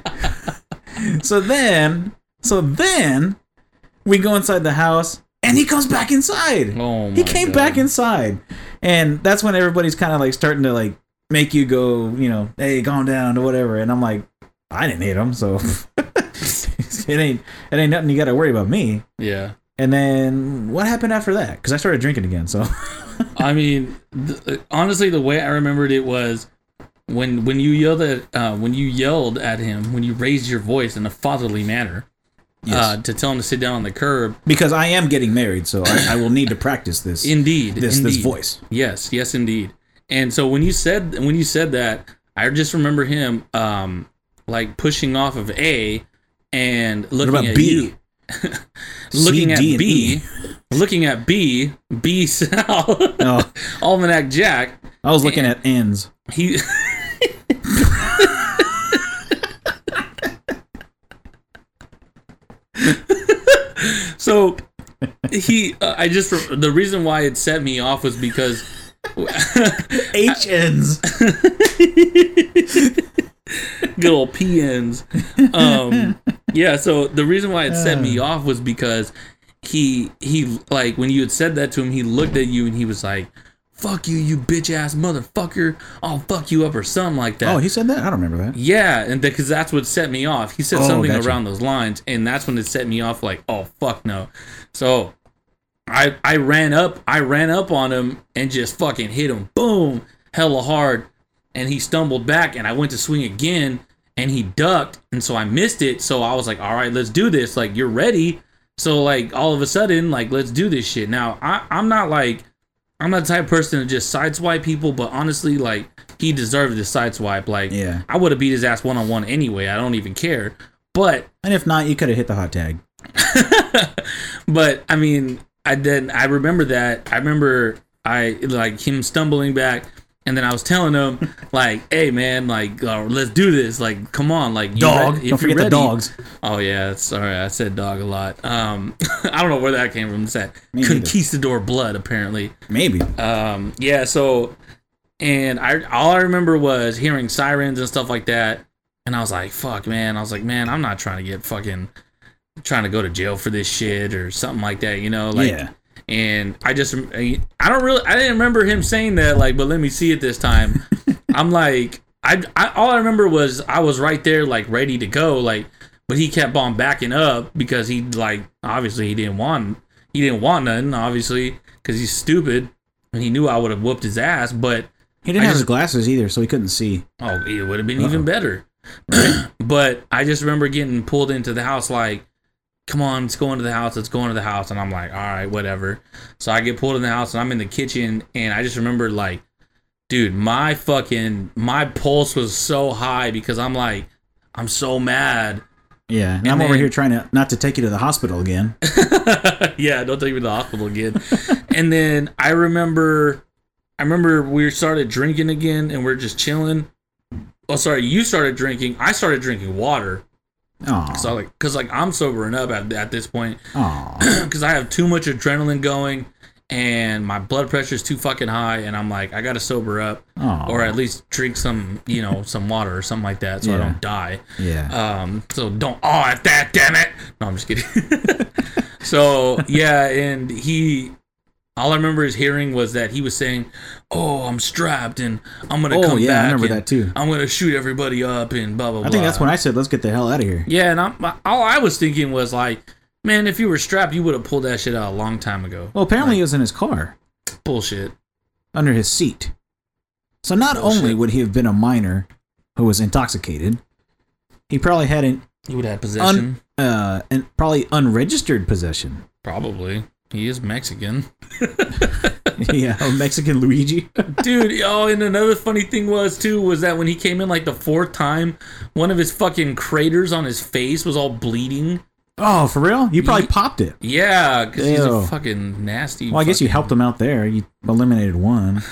[SPEAKER 3] Ah. *laughs* so then, so then, we go inside the house, and he comes back inside
[SPEAKER 2] Oh my
[SPEAKER 3] he came
[SPEAKER 2] God.
[SPEAKER 3] back inside and that's when everybody's kind of like starting to like make you go you know hey calm down or whatever and i'm like i didn't hit him so *laughs* it ain't it ain't nothing you gotta worry about me
[SPEAKER 2] Yeah.
[SPEAKER 3] and then what happened after that because i started drinking
[SPEAKER 2] *laughs*
[SPEAKER 3] again so
[SPEAKER 2] I mean, th- honestly, the way I remembered it was when when you yelled at uh, when you yelled at him when you raised your voice in a fatherly manner uh, to tell him to sit down on the curb.
[SPEAKER 3] because i am getting married so i, I will need to practice this
[SPEAKER 2] Indeed,
[SPEAKER 3] this this
[SPEAKER 2] indeed.
[SPEAKER 3] voice
[SPEAKER 2] Yes, yes, indeed. And so when you said when you said that, I just remember him um, like pushing off of A and looking
[SPEAKER 3] about
[SPEAKER 2] at
[SPEAKER 3] B?
[SPEAKER 2] you. looking
[SPEAKER 3] C,
[SPEAKER 2] at
[SPEAKER 3] D, and E.
[SPEAKER 2] B, looking at B, B Sal, *laughs*
[SPEAKER 3] oh
[SPEAKER 2] Almanac Jack.
[SPEAKER 3] i was looking at ends
[SPEAKER 2] He. *laughs* so he, uh, I just the reason why it set me off was because
[SPEAKER 3] h ends
[SPEAKER 2] good old PNs. Um, yeah, so the reason why it set me off was because he he like when you had said that to him, he looked at you and he was like, "Fuck you, you bitch ass motherfucker! I'll fuck you up" or something like that.
[SPEAKER 3] oh he said that i don't remember that
[SPEAKER 2] yeah, and because that's what set me off. He said
[SPEAKER 3] Oh,
[SPEAKER 2] something
[SPEAKER 3] gotcha.
[SPEAKER 2] around those lines, and that's when it set me off. Like, oh fuck no! So I I ran up, I ran up on him and just fucking hit him, boom, hella hard, and he stumbled back, and I went to swing again, and he ducked, and so I missed it. So I was like, all right, let's do this. Like, you're ready. So like all of a sudden, like let's do this shit. Now I I'm not like I'm not the type of person to just sideswipe people, but honestly, like he deserved the sideswipe. Like
[SPEAKER 3] Yeah.
[SPEAKER 2] I would have beat his ass one on one anyway. I don't even care. But
[SPEAKER 3] and if not you could have hit the hot tag
[SPEAKER 2] but I mean, I then I remember that. I remember I like him stumbling back, and then I was telling
[SPEAKER 3] *laughs*
[SPEAKER 2] him like, "Hey man, like uh, let's do this. Like come on, like you
[SPEAKER 3] dog
[SPEAKER 2] ready- if
[SPEAKER 3] don't
[SPEAKER 2] you're
[SPEAKER 3] forget the
[SPEAKER 2] ready."
[SPEAKER 3] dogs
[SPEAKER 2] Oh yeah, sorry, I said dog a lot. Um, *laughs* I don't know where that came from. It's that
[SPEAKER 3] Me neither.
[SPEAKER 2] conquistador blood apparently.
[SPEAKER 3] maybe
[SPEAKER 2] Um, yeah, so and I all I remember was hearing sirens and stuff like that, and I was like, "Fuck, man!" I was like, "Man, I'm not trying to get fucking trying to go to jail for this shit or something like that," you know? Like,
[SPEAKER 3] yeah
[SPEAKER 2] and I just I don't really I didn't remember him saying that like, but let me see it this time. I'm like I, I all I remember was I was right there like ready to go like, but he kept on backing up because he like obviously he didn't want he didn't want nothing obviously because he's stupid and he knew I would have whooped his ass, but
[SPEAKER 3] He didn't
[SPEAKER 2] I
[SPEAKER 3] have
[SPEAKER 2] just-
[SPEAKER 3] his glasses either, so he couldn't see.
[SPEAKER 2] Oh, it would have been even better. *clears throat* but I just remember getting pulled into the house like, come on, let's go into the house, let's go into the house. And I'm like, all right, whatever. So I get pulled in the house and I'm in the kitchen and I just remember like, dude, my fucking my pulse was so high because I'm like, I'm so mad. *laughs*
[SPEAKER 3] Yeah, and, I'm over
[SPEAKER 2] then-
[SPEAKER 3] here trying to not to take you to the hospital *laughs* again.
[SPEAKER 2] yeah, don't take me to the hospital again. and then I remember, I remember we started drinking again, and we're just chilling. Oh, sorry, you started drinking. I started drinking water. So
[SPEAKER 3] Aw,
[SPEAKER 2] like, cause like I'm sobering up at, at this point, *clears throat*
[SPEAKER 3] aw,
[SPEAKER 2] cause I have too much adrenaline going, and my blood pressure's too fucking high, and I'm like, I gotta sober up,
[SPEAKER 3] *clears throat* aw.
[SPEAKER 2] or at least drink some, you know, some water or something like that, so I
[SPEAKER 3] Yeah.
[SPEAKER 2] don't die.
[SPEAKER 3] yeah.
[SPEAKER 2] Um, so don't oh at that, damn it. No, I'm just kidding. *laughs* so yeah, and he all I remember his hearing was that he was saying, Oh, I'm strapped and I'm gonna
[SPEAKER 3] Oh,
[SPEAKER 2] come
[SPEAKER 3] yeah, I
[SPEAKER 2] back.
[SPEAKER 3] remember
[SPEAKER 2] and
[SPEAKER 3] that too.
[SPEAKER 2] I'm gonna shoot everybody up and blah blah blah.
[SPEAKER 3] I think that's when I said, "Let's get the hell out of here."
[SPEAKER 2] Yeah, and I'm all I was thinking was like, man, if you were strapped, you would have pulled that shit out a long time ago.
[SPEAKER 3] Well, apparently he was in his car
[SPEAKER 2] Bullshit.
[SPEAKER 3] under his seat. So not
[SPEAKER 2] Bullshit.
[SPEAKER 3] only would he have been a minor who was intoxicated, he probably had an
[SPEAKER 2] You would have possession.
[SPEAKER 3] un, uh, an probably unregistered *laughs* possession.
[SPEAKER 2] Probably. He is Mexican.
[SPEAKER 3] yeah, a Mexican *laughs* Luigi.
[SPEAKER 2] Dude, oh, and another funny thing was too was that when he came in like the fourth time, one of his fucking craters on his face was all bleeding.
[SPEAKER 3] Oh, for real? You probably
[SPEAKER 2] Ye-
[SPEAKER 3] popped it.
[SPEAKER 2] Yeah, because he's a
[SPEAKER 3] Ew.
[SPEAKER 2] fucking nasty.
[SPEAKER 3] Well, I guess you helped him out there. You eliminated one.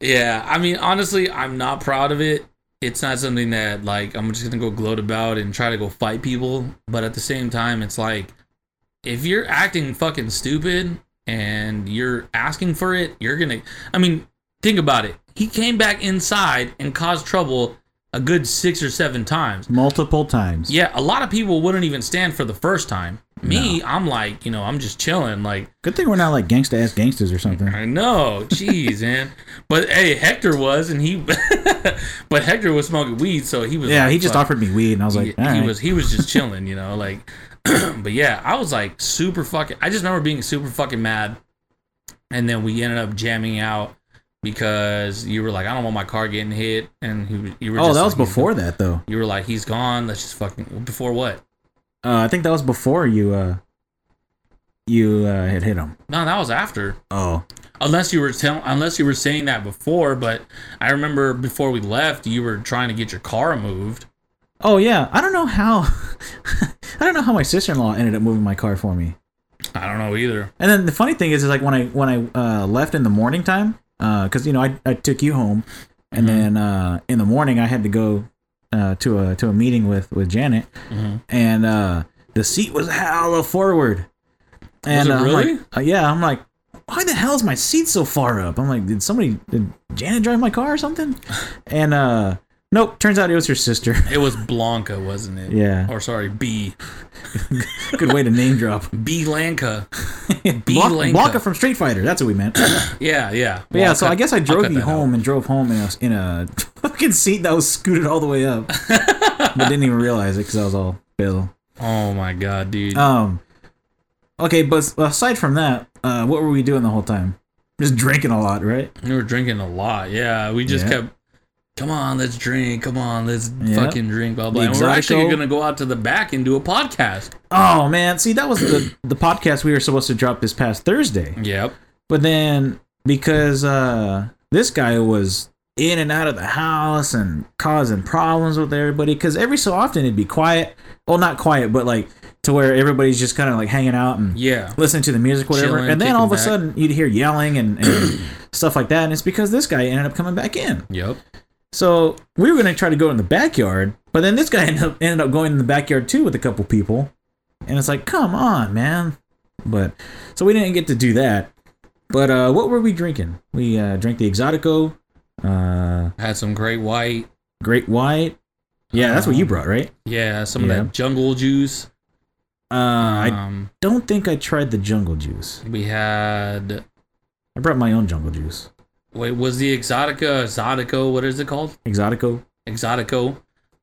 [SPEAKER 2] Yeah, I mean, honestly, I'm not proud of it. It's not something that like I'm just gonna go gloat about and try to go fight people. But at the same time, it's like if you're acting fucking stupid and you're asking for it, you're gonna. I mean, think about it. He came back inside and caused trouble a good six or seven times.
[SPEAKER 3] multiple times.
[SPEAKER 2] Yeah, a lot of people wouldn't even stand for the first time. Me, I'm like, you know, I'm just chilling. Like,
[SPEAKER 3] Good thing we're not like gangsta ass gangsters or something.
[SPEAKER 2] I know, jeez, man. But hey, Hector was, and he, *laughs* but Hector was smoking weed, so he was.
[SPEAKER 3] Yeah,
[SPEAKER 2] like,
[SPEAKER 3] he just
[SPEAKER 2] fuck.
[SPEAKER 3] offered me weed, and I was like,
[SPEAKER 2] he,
[SPEAKER 3] all
[SPEAKER 2] he
[SPEAKER 3] right.
[SPEAKER 2] was he was just chilling, you know, like. *clears throat* but yeah, I was like super fucking. I just remember being super fucking mad, and then we ended up jamming out because you were like, I don't want my car getting hit, and he, was- you were.
[SPEAKER 3] oh,
[SPEAKER 2] just
[SPEAKER 3] that was
[SPEAKER 2] like,
[SPEAKER 3] before that, though.
[SPEAKER 2] You were like, he's gone. Let's just fucking before what?
[SPEAKER 3] Uh, I think that was before you uh, you uh, had hit him.
[SPEAKER 2] No, that was after.
[SPEAKER 3] Oh,
[SPEAKER 2] Unless you were telling, unless you were saying that before, but I remember before we left, you were trying to get your car moved.
[SPEAKER 3] oh yeah. I don't know how. *laughs* I don't know how my sister in law ended up moving my car for me.
[SPEAKER 2] I don't know either.
[SPEAKER 3] And then the funny thing is, is like when I when I uh, left in the morning time, because you know I, I took you home, and
[SPEAKER 2] Mm-hmm.
[SPEAKER 3] then uh, in the morning I had to go uh, to a to a meeting with with Janet,
[SPEAKER 2] Mhm.
[SPEAKER 3] and uh, the seat was hella forward.
[SPEAKER 2] it
[SPEAKER 3] uh, I'm
[SPEAKER 2] really?
[SPEAKER 3] like- uh, yeah, I'm like, why the hell is my seat so far up? I'm like, did somebody did Janet drive my car
[SPEAKER 2] *laughs*
[SPEAKER 3] or something? and uh, nope, turns out it was your sister. *laughs*
[SPEAKER 2] It was Blanca, wasn't it?
[SPEAKER 3] Yeah.
[SPEAKER 2] Or sorry, B.
[SPEAKER 3] Good way to
[SPEAKER 2] *laughs*
[SPEAKER 3] name drop.
[SPEAKER 2] B Lanka. B
[SPEAKER 3] Blanca,
[SPEAKER 2] Lanka.
[SPEAKER 3] Blanca from Street Fighter. That's what we meant.
[SPEAKER 2] Yeah, yeah.
[SPEAKER 3] But yeah, so I guess I drove
[SPEAKER 2] cut
[SPEAKER 3] you
[SPEAKER 2] that out.
[SPEAKER 3] home and drove home in a, in a *laughs* fucking seat that was scooted all the way up, but didn't even realize it because I was all bill.
[SPEAKER 2] Oh my god, dude.
[SPEAKER 3] Um, okay, but aside from that, uh, what were we doing the whole time? Just drinking a lot, right?
[SPEAKER 2] we were drinking a lot. Yeah, we just
[SPEAKER 3] Yeah.
[SPEAKER 2] kept. Come on, let's drink. Come on, let's
[SPEAKER 3] Yeah.
[SPEAKER 2] fucking drink. Blah blah.
[SPEAKER 3] The
[SPEAKER 2] And we're actually
[SPEAKER 3] Exotico.
[SPEAKER 2] gonna go out to the back and do a podcast.
[SPEAKER 3] Oh man, see that was the the podcast we were supposed to drop this past Thursday,
[SPEAKER 2] Yep.
[SPEAKER 3] but then because uh this guy was in and out of the house and causing problems with everybody because every so often it'd be quiet well not quiet but like to where everybody's just kind of like hanging out and
[SPEAKER 2] Yeah.
[SPEAKER 3] listening to the music whatever
[SPEAKER 2] Chilling,
[SPEAKER 3] and then all of a
[SPEAKER 2] kicking back.
[SPEAKER 3] sudden you'd hear yelling and, and stuff like that and it's because this guy ended up coming back in
[SPEAKER 2] Yep.
[SPEAKER 3] so we were going to try to go in the backyard, but then this guy *laughs* ended up, ended up going in the backyard too with a couple people. And it's like, come on, man. But so we didn't get to do that. But uh, what were we drinking? We uh, drank the Exotico, uh,
[SPEAKER 2] Had some great white.
[SPEAKER 3] Great White. Yeah, that's
[SPEAKER 2] Um,
[SPEAKER 3] what you brought, right?
[SPEAKER 2] Yeah, some
[SPEAKER 3] Yeah.
[SPEAKER 2] of that jungle juice.
[SPEAKER 3] Uh, I
[SPEAKER 2] Um,
[SPEAKER 3] don't think I tried the jungle juice.
[SPEAKER 2] we had.
[SPEAKER 3] I brought my own jungle juice.
[SPEAKER 2] Wait, was the Exotica Exotico? What is it called?
[SPEAKER 3] Exotico.
[SPEAKER 2] Exotico.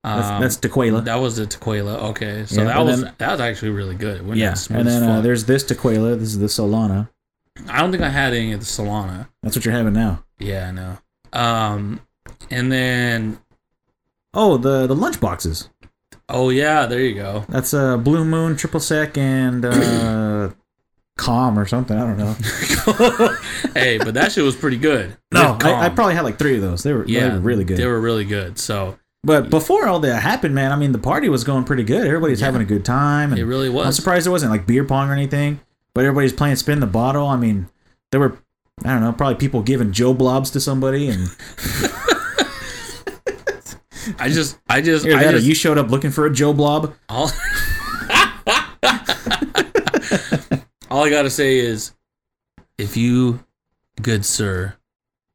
[SPEAKER 3] That's,
[SPEAKER 2] Um,
[SPEAKER 3] that's Tequila.
[SPEAKER 2] that was the Tequila. Okay, so
[SPEAKER 3] Yeah,
[SPEAKER 2] that
[SPEAKER 3] and
[SPEAKER 2] was
[SPEAKER 3] then-
[SPEAKER 2] that was actually really good. It went
[SPEAKER 3] yeah.
[SPEAKER 2] smooth
[SPEAKER 3] And
[SPEAKER 2] as
[SPEAKER 3] then uh,
[SPEAKER 2] fuck.
[SPEAKER 3] there's this Tequila. This is the Solana.
[SPEAKER 2] I don't think I had any of the Solana.
[SPEAKER 3] That's what you're having now.
[SPEAKER 2] Yeah, I know. Um, and then
[SPEAKER 3] Oh, the, the lunch boxes.
[SPEAKER 2] oh yeah, there you go. *laughs*
[SPEAKER 3] That's uh, Blue Moon, Triple Sec, and uh, *coughs* Calm or something. I
[SPEAKER 2] *laughs*
[SPEAKER 3] don't know.
[SPEAKER 2] hey,
[SPEAKER 3] *laughs*
[SPEAKER 2] but that shit was pretty good. With
[SPEAKER 3] I, I
[SPEAKER 2] Calm.
[SPEAKER 3] probably had like three of those. They were, they
[SPEAKER 2] yeah
[SPEAKER 3] were really good.
[SPEAKER 2] They were really good. So
[SPEAKER 3] But before all that happened, man, I mean, the party was going pretty good. Everybody's having a good time. And
[SPEAKER 2] It really was.
[SPEAKER 3] I'm surprised there wasn't like beer pong or anything. But everybody's playing spin the bottle. I mean, there were, I don't know, probably people giving Joe blobs to somebody.
[SPEAKER 2] *laughs*
[SPEAKER 3] And
[SPEAKER 2] I just, I just,
[SPEAKER 3] Here,
[SPEAKER 2] I
[SPEAKER 3] that, or
[SPEAKER 2] just,
[SPEAKER 3] you showed up looking for a Joe blob.
[SPEAKER 2] all, all I gotta say is, if you, good sir,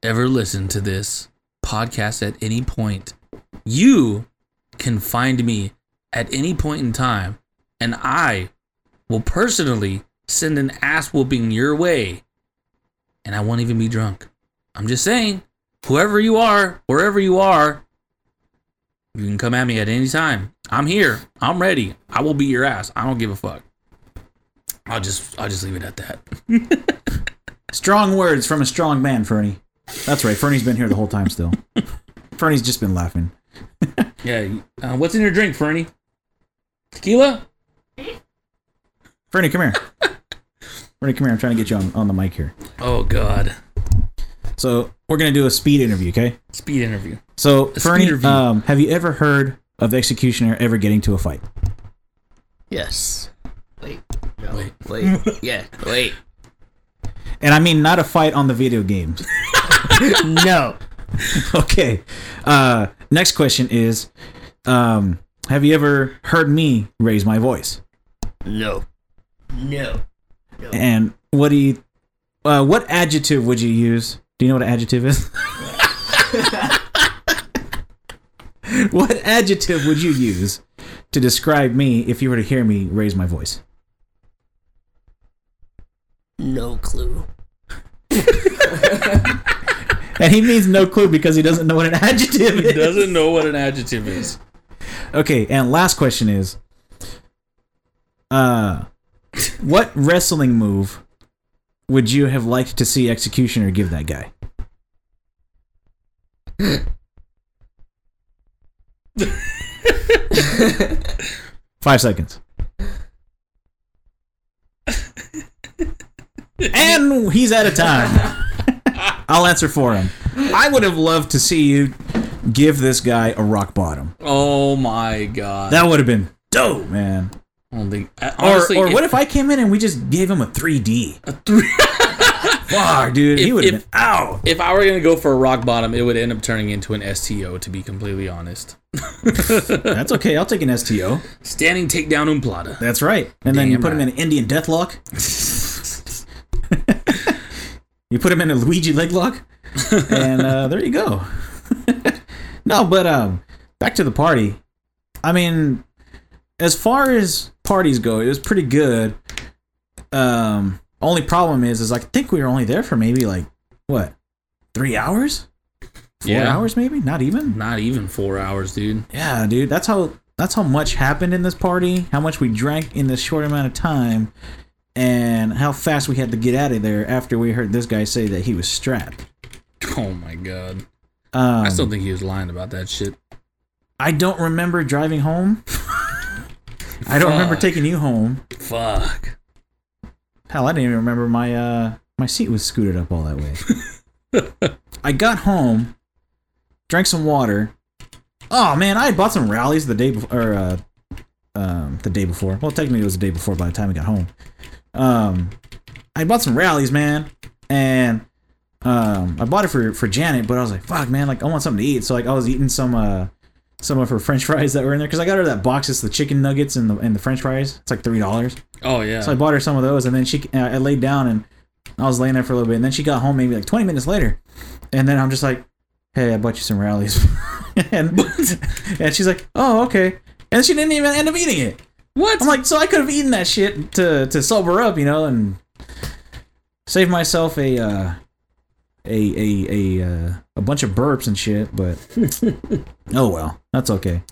[SPEAKER 2] ever listen to this podcast at any point, you can find me at any point in time, and I will personally send an ass whooping your way, and I won't even be drunk. I'm just saying, whoever you are, wherever you are, you can come at me at any time. I'm here. I'm ready. I will beat your ass. I don't give a fuck. I'll just I'll just leave it at that.
[SPEAKER 3] Strong words from a strong man, Fernie. That's right. Fernie's been here the whole time
[SPEAKER 2] *laughs*
[SPEAKER 3] still. Fernie's just been laughing.
[SPEAKER 2] Yeah. Uh, what's in your drink, Fernie? Tequila?
[SPEAKER 3] Fernie, come here. Fernie, come here. I'm trying to get you on, on the mic here.
[SPEAKER 2] Oh God.
[SPEAKER 3] So we're gonna do a speed interview, okay?
[SPEAKER 2] Speed interview. *laughs*
[SPEAKER 3] So
[SPEAKER 2] speed
[SPEAKER 3] Fernie,
[SPEAKER 2] interview.
[SPEAKER 3] um, have you ever heard of Executioner ever getting to a fight?
[SPEAKER 4] Yes. Wait. No.
[SPEAKER 2] Wait.
[SPEAKER 4] Wait. *laughs* yeah. Wait.
[SPEAKER 3] And I mean not a fight on the video games.
[SPEAKER 4] No.
[SPEAKER 3] *laughs* okay. Uh, next question is, um, have you ever heard me raise my voice?
[SPEAKER 4] No. No.
[SPEAKER 3] And what do you, uh, what adjective would you use? Do you know what an adjective is? *laughs* what adjective would you use to describe me if you were to hear me raise my voice?
[SPEAKER 4] No clue.
[SPEAKER 3] And he means no clue because he doesn't know what an *laughs* adjective
[SPEAKER 2] He
[SPEAKER 3] is.
[SPEAKER 2] doesn't know what an adjective is.
[SPEAKER 3] Okay, and last question is uh what wrestling move would you have liked to see Executioner give that guy? Five seconds. and he's out of time. I'll answer for him. I would have loved to see you give this guy a rock bottom.
[SPEAKER 2] Oh my God.
[SPEAKER 3] That would have been dope, man.
[SPEAKER 2] I don't think. I-
[SPEAKER 3] Or,
[SPEAKER 2] Honestly,
[SPEAKER 3] or what if I came in and we just gave him a 3D?
[SPEAKER 2] a three? *laughs*
[SPEAKER 3] Fuck, dude. he
[SPEAKER 2] If-
[SPEAKER 3] would have
[SPEAKER 2] if-
[SPEAKER 3] been out.
[SPEAKER 2] If I were gonna go for a rock bottom, it would end up turning into an STO. To be completely honest,
[SPEAKER 3] That's okay. I'll take an STO.
[SPEAKER 2] standing takedown umplada.
[SPEAKER 3] That's right. And then you
[SPEAKER 2] Damn
[SPEAKER 3] put him in
[SPEAKER 2] right.
[SPEAKER 3] an Indian death lock. You put him in a Luigi leg lock. And uh, there you go. *laughs* no, but um, back to the party. I mean, as far as parties go, it was pretty good. Um, only problem is, is I think we were only there for maybe like, what, three hours? Four
[SPEAKER 2] Yeah.
[SPEAKER 3] hours maybe? Not even?
[SPEAKER 2] Not even four hours, dude.
[SPEAKER 3] Yeah, dude, that's how that's how much happened in this party, how much we drank in this short amount of time, and how fast we had to get out of there after we heard this guy say that he was strapped.
[SPEAKER 2] Oh my God.
[SPEAKER 3] Um,
[SPEAKER 2] I still think he was lying about that shit.
[SPEAKER 3] I don't remember driving home. *laughs* I don't remember
[SPEAKER 2] Fuck.
[SPEAKER 3] taking you home.
[SPEAKER 2] Fuck.
[SPEAKER 3] Hell, I didn't even remember my uh my seat was scooted up all that way. I got home, drank some water. Oh man, I had bought some rallies the day before, or uh, um, the day before. Well, technically it was the day before by the time I got home. Um, I bought some rallies, man, and um, I bought it for for Janet, but I was like, fuck, man, like I want something to eat. So like I was eating some uh. Some of her French fries that were in there, because I got her that box. It's the chicken nuggets and the and the French fries. It's like three dollars.
[SPEAKER 2] Oh yeah.
[SPEAKER 3] So I bought her some of those, and then she, uh, I laid down and I was laying there for a little bit, and then she got home maybe like 20 minutes later, and then I'm just like, "Hey, I bought you some rallies," *laughs* and and she's like, "Oh, okay," and she didn't even end up eating it.
[SPEAKER 2] what?
[SPEAKER 3] I'm like, so I could have eaten that shit to to sober up, you know, and save myself a uh, a a a uh, a bunch of burps and shit. But oh well, that's okay.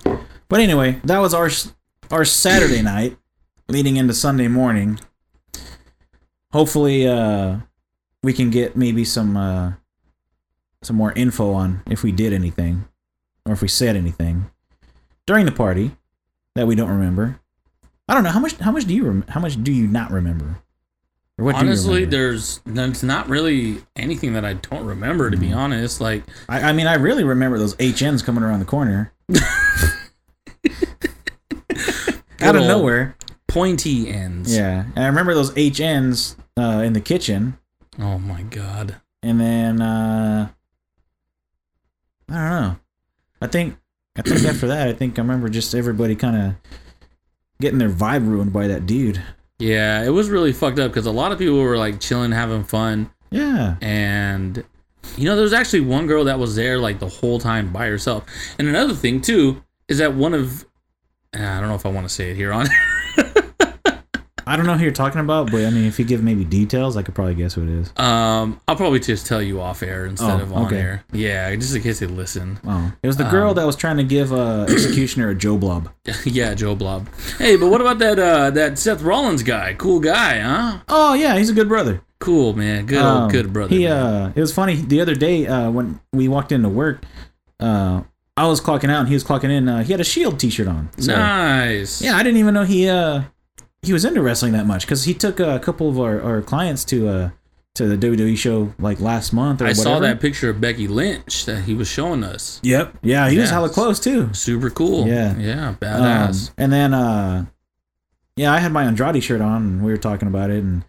[SPEAKER 3] But anyway, that was our s- our Saturday night leading into Sunday morning. Hopefully, uh, we can get maybe some uh, some more info on if we did anything or if we said anything during the party that we don't remember. I don't know how much. How much do you? Rem- how much do you not remember? Or what do you
[SPEAKER 2] honestly,
[SPEAKER 3] remember?
[SPEAKER 2] there's there's not really
[SPEAKER 3] Mm.
[SPEAKER 2] anything that I don't remember. To be honest, like
[SPEAKER 3] I, I mean, I really remember those HNs coming around the corner. *laughs* out of
[SPEAKER 2] Little
[SPEAKER 3] nowhere.
[SPEAKER 2] Pointy ends.
[SPEAKER 3] Yeah, and I remember those HNs uh, in the kitchen,
[SPEAKER 2] Oh my god.
[SPEAKER 3] and then uh, I don't know. I think I think after that, I think I remember just everybody kind of getting their vibe ruined by that dude.
[SPEAKER 2] Yeah, it was really fucked up because a lot of people were like chilling, having fun,
[SPEAKER 3] Yeah,
[SPEAKER 2] and you know, there was actually one girl that was there like the whole time by herself. And another thing too is that one of ah, I don't know if I want to say it here on. *laughs*
[SPEAKER 3] I don't know who you're talking about, but I mean, if you give maybe details, I could probably guess who it is.
[SPEAKER 2] um, I'll probably just tell you off air instead
[SPEAKER 3] Oh,
[SPEAKER 2] of on
[SPEAKER 3] okay.
[SPEAKER 2] air. Yeah, just in case they listen.
[SPEAKER 3] Oh, it was the girl
[SPEAKER 2] Um,
[SPEAKER 3] that was trying to give uh, executioner a Joe Blob.
[SPEAKER 2] *laughs* yeah, Joe Blob. Hey, but what about that uh that Seth Rollins guy? Cool guy, huh?
[SPEAKER 3] Oh yeah, he's a good brother.
[SPEAKER 2] Cool man. Good
[SPEAKER 3] Um,
[SPEAKER 2] old Oh, good brother.
[SPEAKER 3] He
[SPEAKER 2] man.
[SPEAKER 3] uh, it was funny the other day uh, when we walked into work. Uh, I was clocking out and he was clocking in. Uh, he had a Shield T-shirt on. So,
[SPEAKER 2] nice.
[SPEAKER 3] Yeah, I didn't even know he uh, he was into wrestling that much because he took uh, a couple of our, our clients to uh to the WWE show like last month or
[SPEAKER 2] I
[SPEAKER 3] whatever.
[SPEAKER 2] saw that picture of Becky Lynch that he was showing us.
[SPEAKER 3] Yep. Yeah, he was
[SPEAKER 2] Yes.
[SPEAKER 3] hella close too.
[SPEAKER 2] Super cool.
[SPEAKER 3] Yeah.
[SPEAKER 2] Yeah.
[SPEAKER 3] Um,
[SPEAKER 2] Badass.
[SPEAKER 3] and then, uh, yeah, I had my Andrade shirt on, and we were talking about it. And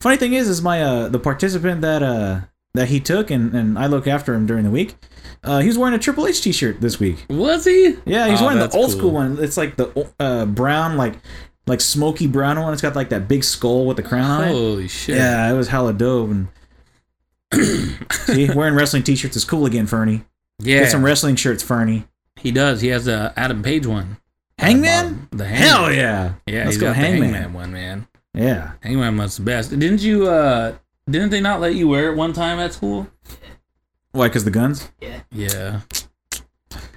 [SPEAKER 3] funny thing is, is my uh, the participant that uh that he took, and and I look after him during the week. Uh, he was wearing a Triple H T-shirt this week.
[SPEAKER 2] was he?
[SPEAKER 3] Yeah, he's
[SPEAKER 2] Oh,
[SPEAKER 3] wearing
[SPEAKER 2] that's
[SPEAKER 3] the old
[SPEAKER 2] cool.
[SPEAKER 3] school one. It's like the o- uh brown, like like smoky brown one. It's got like that big skull with the crown on it.
[SPEAKER 2] Holy shit.
[SPEAKER 3] Yeah, it was hella
[SPEAKER 2] *coughs*
[SPEAKER 3] dope. And see, wearing wrestling T-shirts is cool again, Fernie.
[SPEAKER 2] Yeah.
[SPEAKER 3] Get some wrestling shirts, Fernie.
[SPEAKER 2] he does. He has the Adam Page one.
[SPEAKER 3] Hangman?
[SPEAKER 2] The hangman.
[SPEAKER 3] Hell yeah!
[SPEAKER 2] Yeah.
[SPEAKER 3] Let's
[SPEAKER 2] he's
[SPEAKER 3] go
[SPEAKER 2] got
[SPEAKER 3] Hangman.
[SPEAKER 2] the hangman one, man.
[SPEAKER 3] Yeah.
[SPEAKER 2] Hangman one's the best. Didn't you? uh Didn't they not let you wear it one time at school?
[SPEAKER 3] Why? Cause the guns.
[SPEAKER 2] Yeah.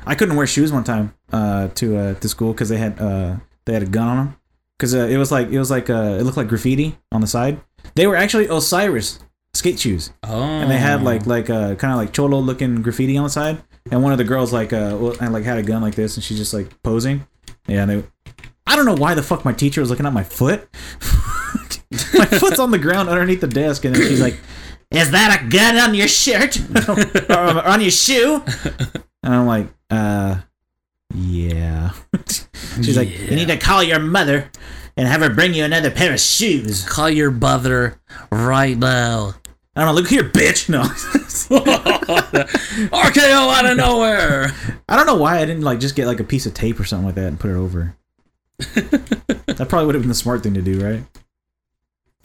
[SPEAKER 3] I couldn't wear shoes one time uh, to uh, to school because they had uh, they had a gun on them. Because uh, it was like it was like uh, it looked like graffiti on the side. They were actually Osiris skate shoes,
[SPEAKER 2] Oh.
[SPEAKER 3] and they had like like uh, kind of like cholo looking graffiti on the side. And one of the girls like uh, well, and like had a gun like this, and she's just like posing. Yeah, and they. I don't know why the fuck my teacher was looking at my foot. *laughs* my foot's on the ground underneath the desk, and then she's like, "Is that a gun on your shirt *laughs* or on your shoe?" And I'm like, uh, yeah. *laughs* She's like, you need to call your mother and have her bring you another pair of shoes.
[SPEAKER 2] Call your brother right now. *laughs*
[SPEAKER 3] I don't know, look here, bitch. No. *laughs*
[SPEAKER 2] RKO out of nowhere.
[SPEAKER 3] I don't know why I didn't like just get like a piece of tape or something like that and put it over. *laughs* that probably would have been the smart thing to do, right?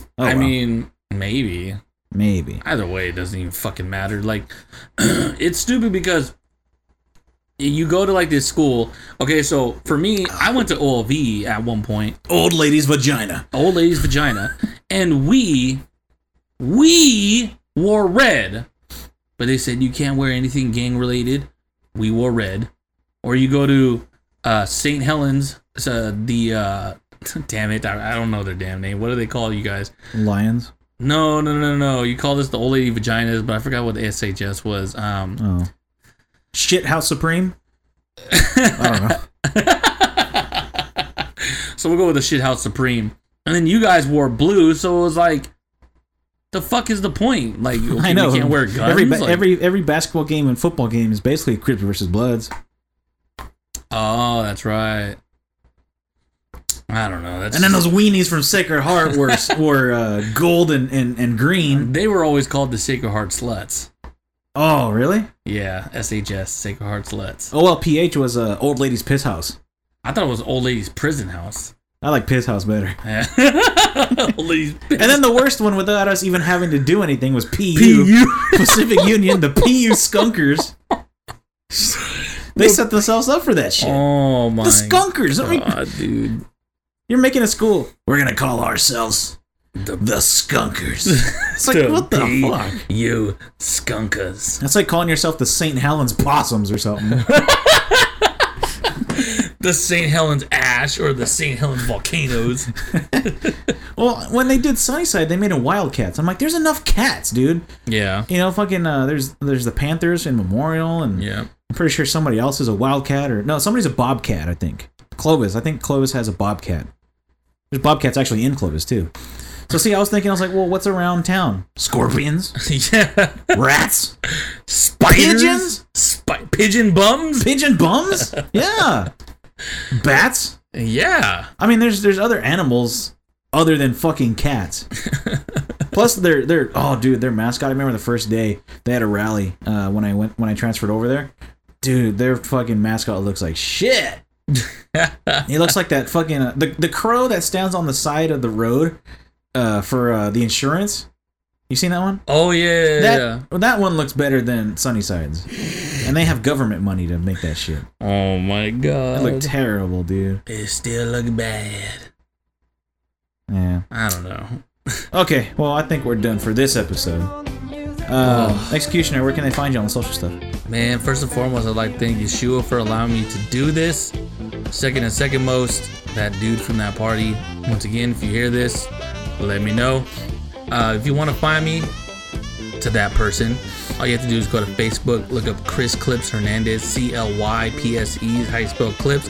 [SPEAKER 3] Oh,
[SPEAKER 2] I
[SPEAKER 3] well,
[SPEAKER 2] mean, maybe.
[SPEAKER 3] maybe.
[SPEAKER 2] Either way, it doesn't even fucking matter. Like, *clears throat* it's stupid because you go to like this school. Okay, so for me, I went to OLV at one point,
[SPEAKER 3] Old lady's vagina.
[SPEAKER 2] old lady's vagina, and we we wore red, but they said you can't wear anything gang related. We wore red, or you go to uh, St. Helens, uh, the uh, *laughs* damn it, I, I don't know their damn name. What do they call you guys?
[SPEAKER 3] Lions.
[SPEAKER 2] No, no, no, no. You call this the old lady vaginas, but I forgot what the SHS was. Um,
[SPEAKER 3] Oh. Shit House Supreme? I don't *laughs* know.
[SPEAKER 2] so we'll go with the shithouse supreme. And then you guys wore blue, so it was like, the fuck is the point?
[SPEAKER 3] *laughs*
[SPEAKER 2] Like, okay,
[SPEAKER 3] I know.
[SPEAKER 2] we can't wear guns.
[SPEAKER 3] Every, ba-
[SPEAKER 2] Like,
[SPEAKER 3] every every basketball game and football game is basically Crips versus Bloods.
[SPEAKER 2] oh, that's right. I don't know. That's
[SPEAKER 3] And then those weenies from Sacred Heart were *laughs* were uh, gold and, and, and green.
[SPEAKER 2] they were always called the Sacred Heart Sluts.
[SPEAKER 3] Oh, really?
[SPEAKER 2] Yeah, SHS Sacred Heart Sluts.
[SPEAKER 3] OLPH was uh, old lady's piss house.
[SPEAKER 2] I thought it was old lady's prison house. *laughs*
[SPEAKER 3] I like piss house better.
[SPEAKER 2] old
[SPEAKER 3] *laughs*
[SPEAKER 2] lady's
[SPEAKER 3] And then the worst one, without us even having to do anything, was PU, Pacific Union, the PU Skunkers. They set themselves up for that shit.
[SPEAKER 2] Oh my
[SPEAKER 3] the Skunkers. I mean,
[SPEAKER 2] god, dude.
[SPEAKER 3] you're making a school. We're gonna call ourselves
[SPEAKER 2] *laughs*
[SPEAKER 3] the, Skunkers. it's like what the
[SPEAKER 2] P-
[SPEAKER 3] fuck.
[SPEAKER 2] You skunkers.
[SPEAKER 3] That's like calling yourself the St. Helens Possums or something.
[SPEAKER 2] *laughs* The St. Helens ash or the St. Helens volcanoes.
[SPEAKER 3] Well, when they did Sunnyside, they made a Wildcats. I'm like, there's enough cats, dude.
[SPEAKER 2] *laughs* yeah.
[SPEAKER 3] You know, fucking uh, there's there's the Panthers in Memorial, and
[SPEAKER 2] Yeah. *laughs*
[SPEAKER 3] I'm pretty sure somebody else is a Wildcat or no, somebody's a Bobcat. I think Clovis. I think Clovis has a Bobcat. There's Bobcats actually in Clovis too. So see, I was thinking, I was like, well, what's around town?
[SPEAKER 2] *laughs*
[SPEAKER 3] Scorpions,
[SPEAKER 2] yeah.
[SPEAKER 3] rats,
[SPEAKER 2] Spiders?
[SPEAKER 3] Pigeons?
[SPEAKER 2] Spi- pigeon bums?
[SPEAKER 3] pigeon bums. Yeah, bats.
[SPEAKER 2] Yeah.
[SPEAKER 3] I mean, there's there's other animals other than
[SPEAKER 2] *laughs*
[SPEAKER 3] fucking cats. Plus, they're they're oh dude, their mascot. I remember the first day they had a rally uh, when I went when I transferred over there. Dude, their fucking mascot looks
[SPEAKER 2] *laughs*
[SPEAKER 3] like shit. he looks like that fucking uh, the the crow that stands on the side of the road uh, for uh, the insurance. You seen that one?
[SPEAKER 2] Oh yeah.
[SPEAKER 3] That
[SPEAKER 2] yeah.
[SPEAKER 3] well, that one looks better than Sunnysides, and they have government money to make that shit.
[SPEAKER 2] Oh my
[SPEAKER 3] It
[SPEAKER 2] god.
[SPEAKER 3] looked terrible, dude.
[SPEAKER 2] it still look bad.
[SPEAKER 3] Yeah.
[SPEAKER 2] I don't know.
[SPEAKER 3] Okay, well, I think we're done for this episode. Uh, Executioner, where can they find you on the social stuff?
[SPEAKER 2] Man, first and foremost, I'd like to thank Yeshua for allowing me to do this. Second and second most, that dude from that party. Once again, if you hear this, let me know. Uh, if you want to find me to that person, all you have to do is go to Facebook, look up Chris Clips Hernandez, C L Y P S E, is how you spell clips.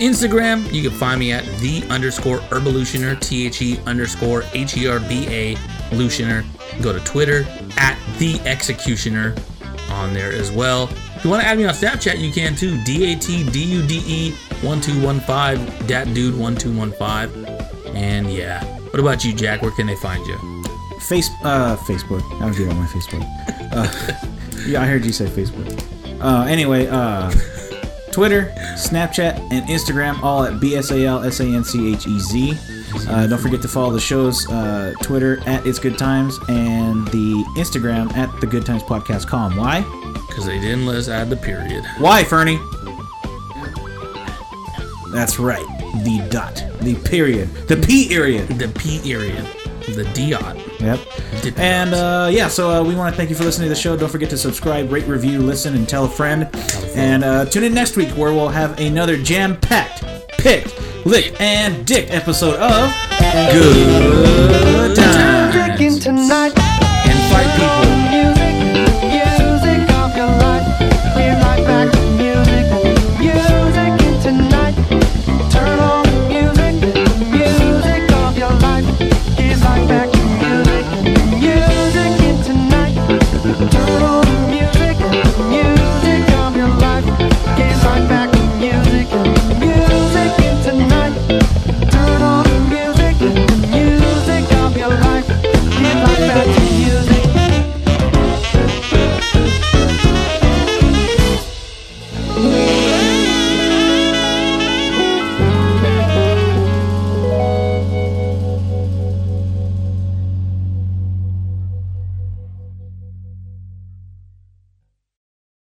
[SPEAKER 2] Instagram, you can find me at the underscore herbalutioner, T H E underscore H E R B A, Lutioner. Go to Twitter at the executioner on there as well. If you want to add me on Snapchat, you can too. D A T D U D E 1215, dat dude 1215. And yeah. What about you, Jack? Where can they find you?
[SPEAKER 3] Face, uh, Facebook. I don't get on my Facebook. Uh, *laughs* yeah, I heard you say Facebook. Uh, anyway, uh, Twitter, Snapchat, and Instagram, all at B-S-A-L-S-A-N-C-H-E-Z. E Uh, don't forget to follow the show's uh, Twitter at It's Good Times and the Instagram at The Good Times Podcast. Com. Why?
[SPEAKER 2] Because they didn't let us add the period.
[SPEAKER 3] Why, Fernie? That's right. The dot. The period. The P period.
[SPEAKER 2] The P period. The dot.
[SPEAKER 3] Yep.
[SPEAKER 2] Did
[SPEAKER 3] And
[SPEAKER 2] not.
[SPEAKER 3] uh, yeah, so uh, we want to thank you for listening to the show. Don't forget to subscribe, rate, review, listen, and tell a friend. And uh, tune in next week where we'll have another jam packed, picked, licked, and dicked episode of Good Times.
[SPEAKER 5] drinking tonight.
[SPEAKER 2] and fight people.